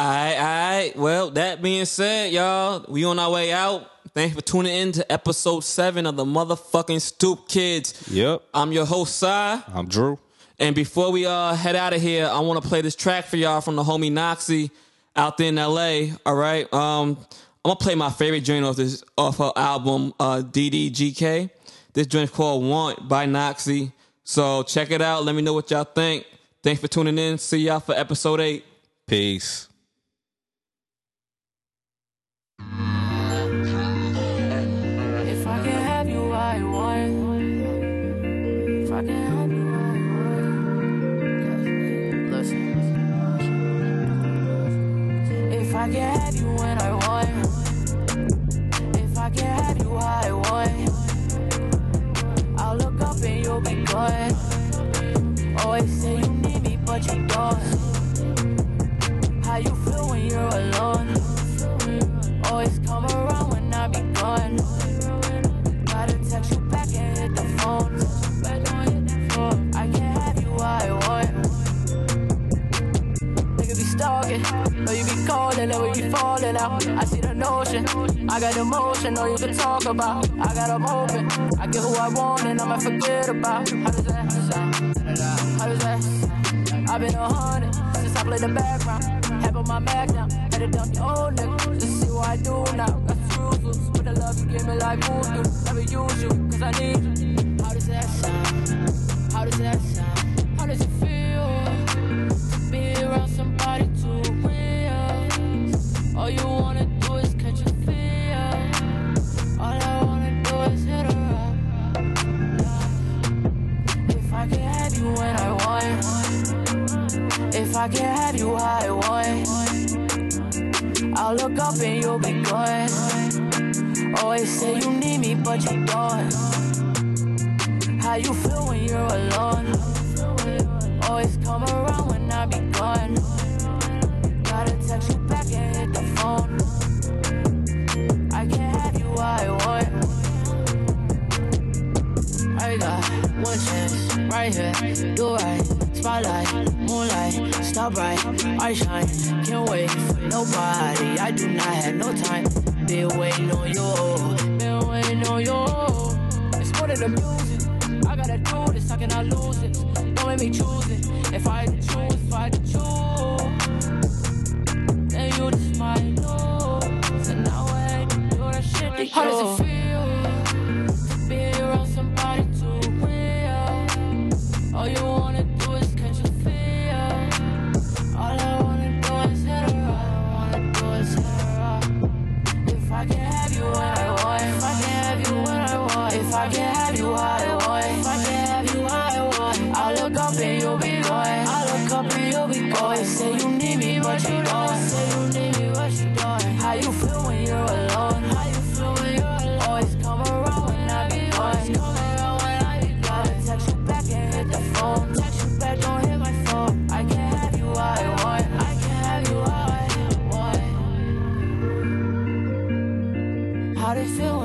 S1: I, I. Well, that being said, y'all, we on our way out. Thanks for tuning in to episode seven of the motherfucking Stoop Kids.
S2: Yep.
S1: I'm your host, Sai.
S2: I'm Drew.
S1: And before we uh head out of here, I want to play this track for y'all from the homie Noxie out there in LA. All right. Um, I'm gonna play my favorite joint off this off her album uh DDGK. This joint's called Want by Noxie. So check it out. Let me know what y'all think. Thanks for tuning in. See y'all for episode eight.
S2: Peace.
S3: If I can have you, I want. If I can have you, I want. Listen. If I can have you when I want. If I can have you, I want. I'll look up and you'll be gone. Always say you need me, but you don't. How you feel when you're alone? Always come around when I be gone. Gotta text you back and hit the phone. I can't have you, I want. Nigga be stalking, know you be calling, know we be falling out. I see the notion, I got emotion, know you can talk about. I got 'em open, I get who I want and I'ma forget about. How does that sound? How does that sound? I've been a hundred since I played the background. Have on my back now, had it down the old nigga. Just see what I do now. Got screws loose, but the love you give me like who do. Never use you, cause I need you. How does that sound? How does that sound? How does it feel? be around somebody too real. All you wanna do is catch a feel. All I wanna do is hit her up. If I can have you when I want, if I can have you how I want, I'll look up and you'll be gone. Always say you need me, but you don't. How you feel when you're alone? Always come around when I be gone. Gotta text you back and hit the phone. I can't have you, I want. I got one chance, right here. Do right, spotlight, moonlight, stop right, I shine. Can't wait for nobody. I do not have no time. Been waiting on you, been waiting on you. It's more than the music. I gotta do this, how can I lose it? Don't make me choose it. If I had to choose, if I had to choose, then you just might lose. And now I hate to do that shit to How does it feel to be around somebody too real? All you wanna do is catch a feel. All I wanna do is hit her up. All I wanna do is hit her up. If I can have you when I want, if I can have you when I want, if I can have you how I want, if I can have you how I want, I'll look up and you'll be gone. I'll look up and you'll be gone. Always say you need me, but you don't. Say you need me, but you don't. How you feel when you're alone? How you feel when you're alone? Always come around when I be gone. Always come around when I be gone. Gotta text you back and hit the phone. Text you back, don't hit my phone. I can have you how I want. I can have you how I want. How they feel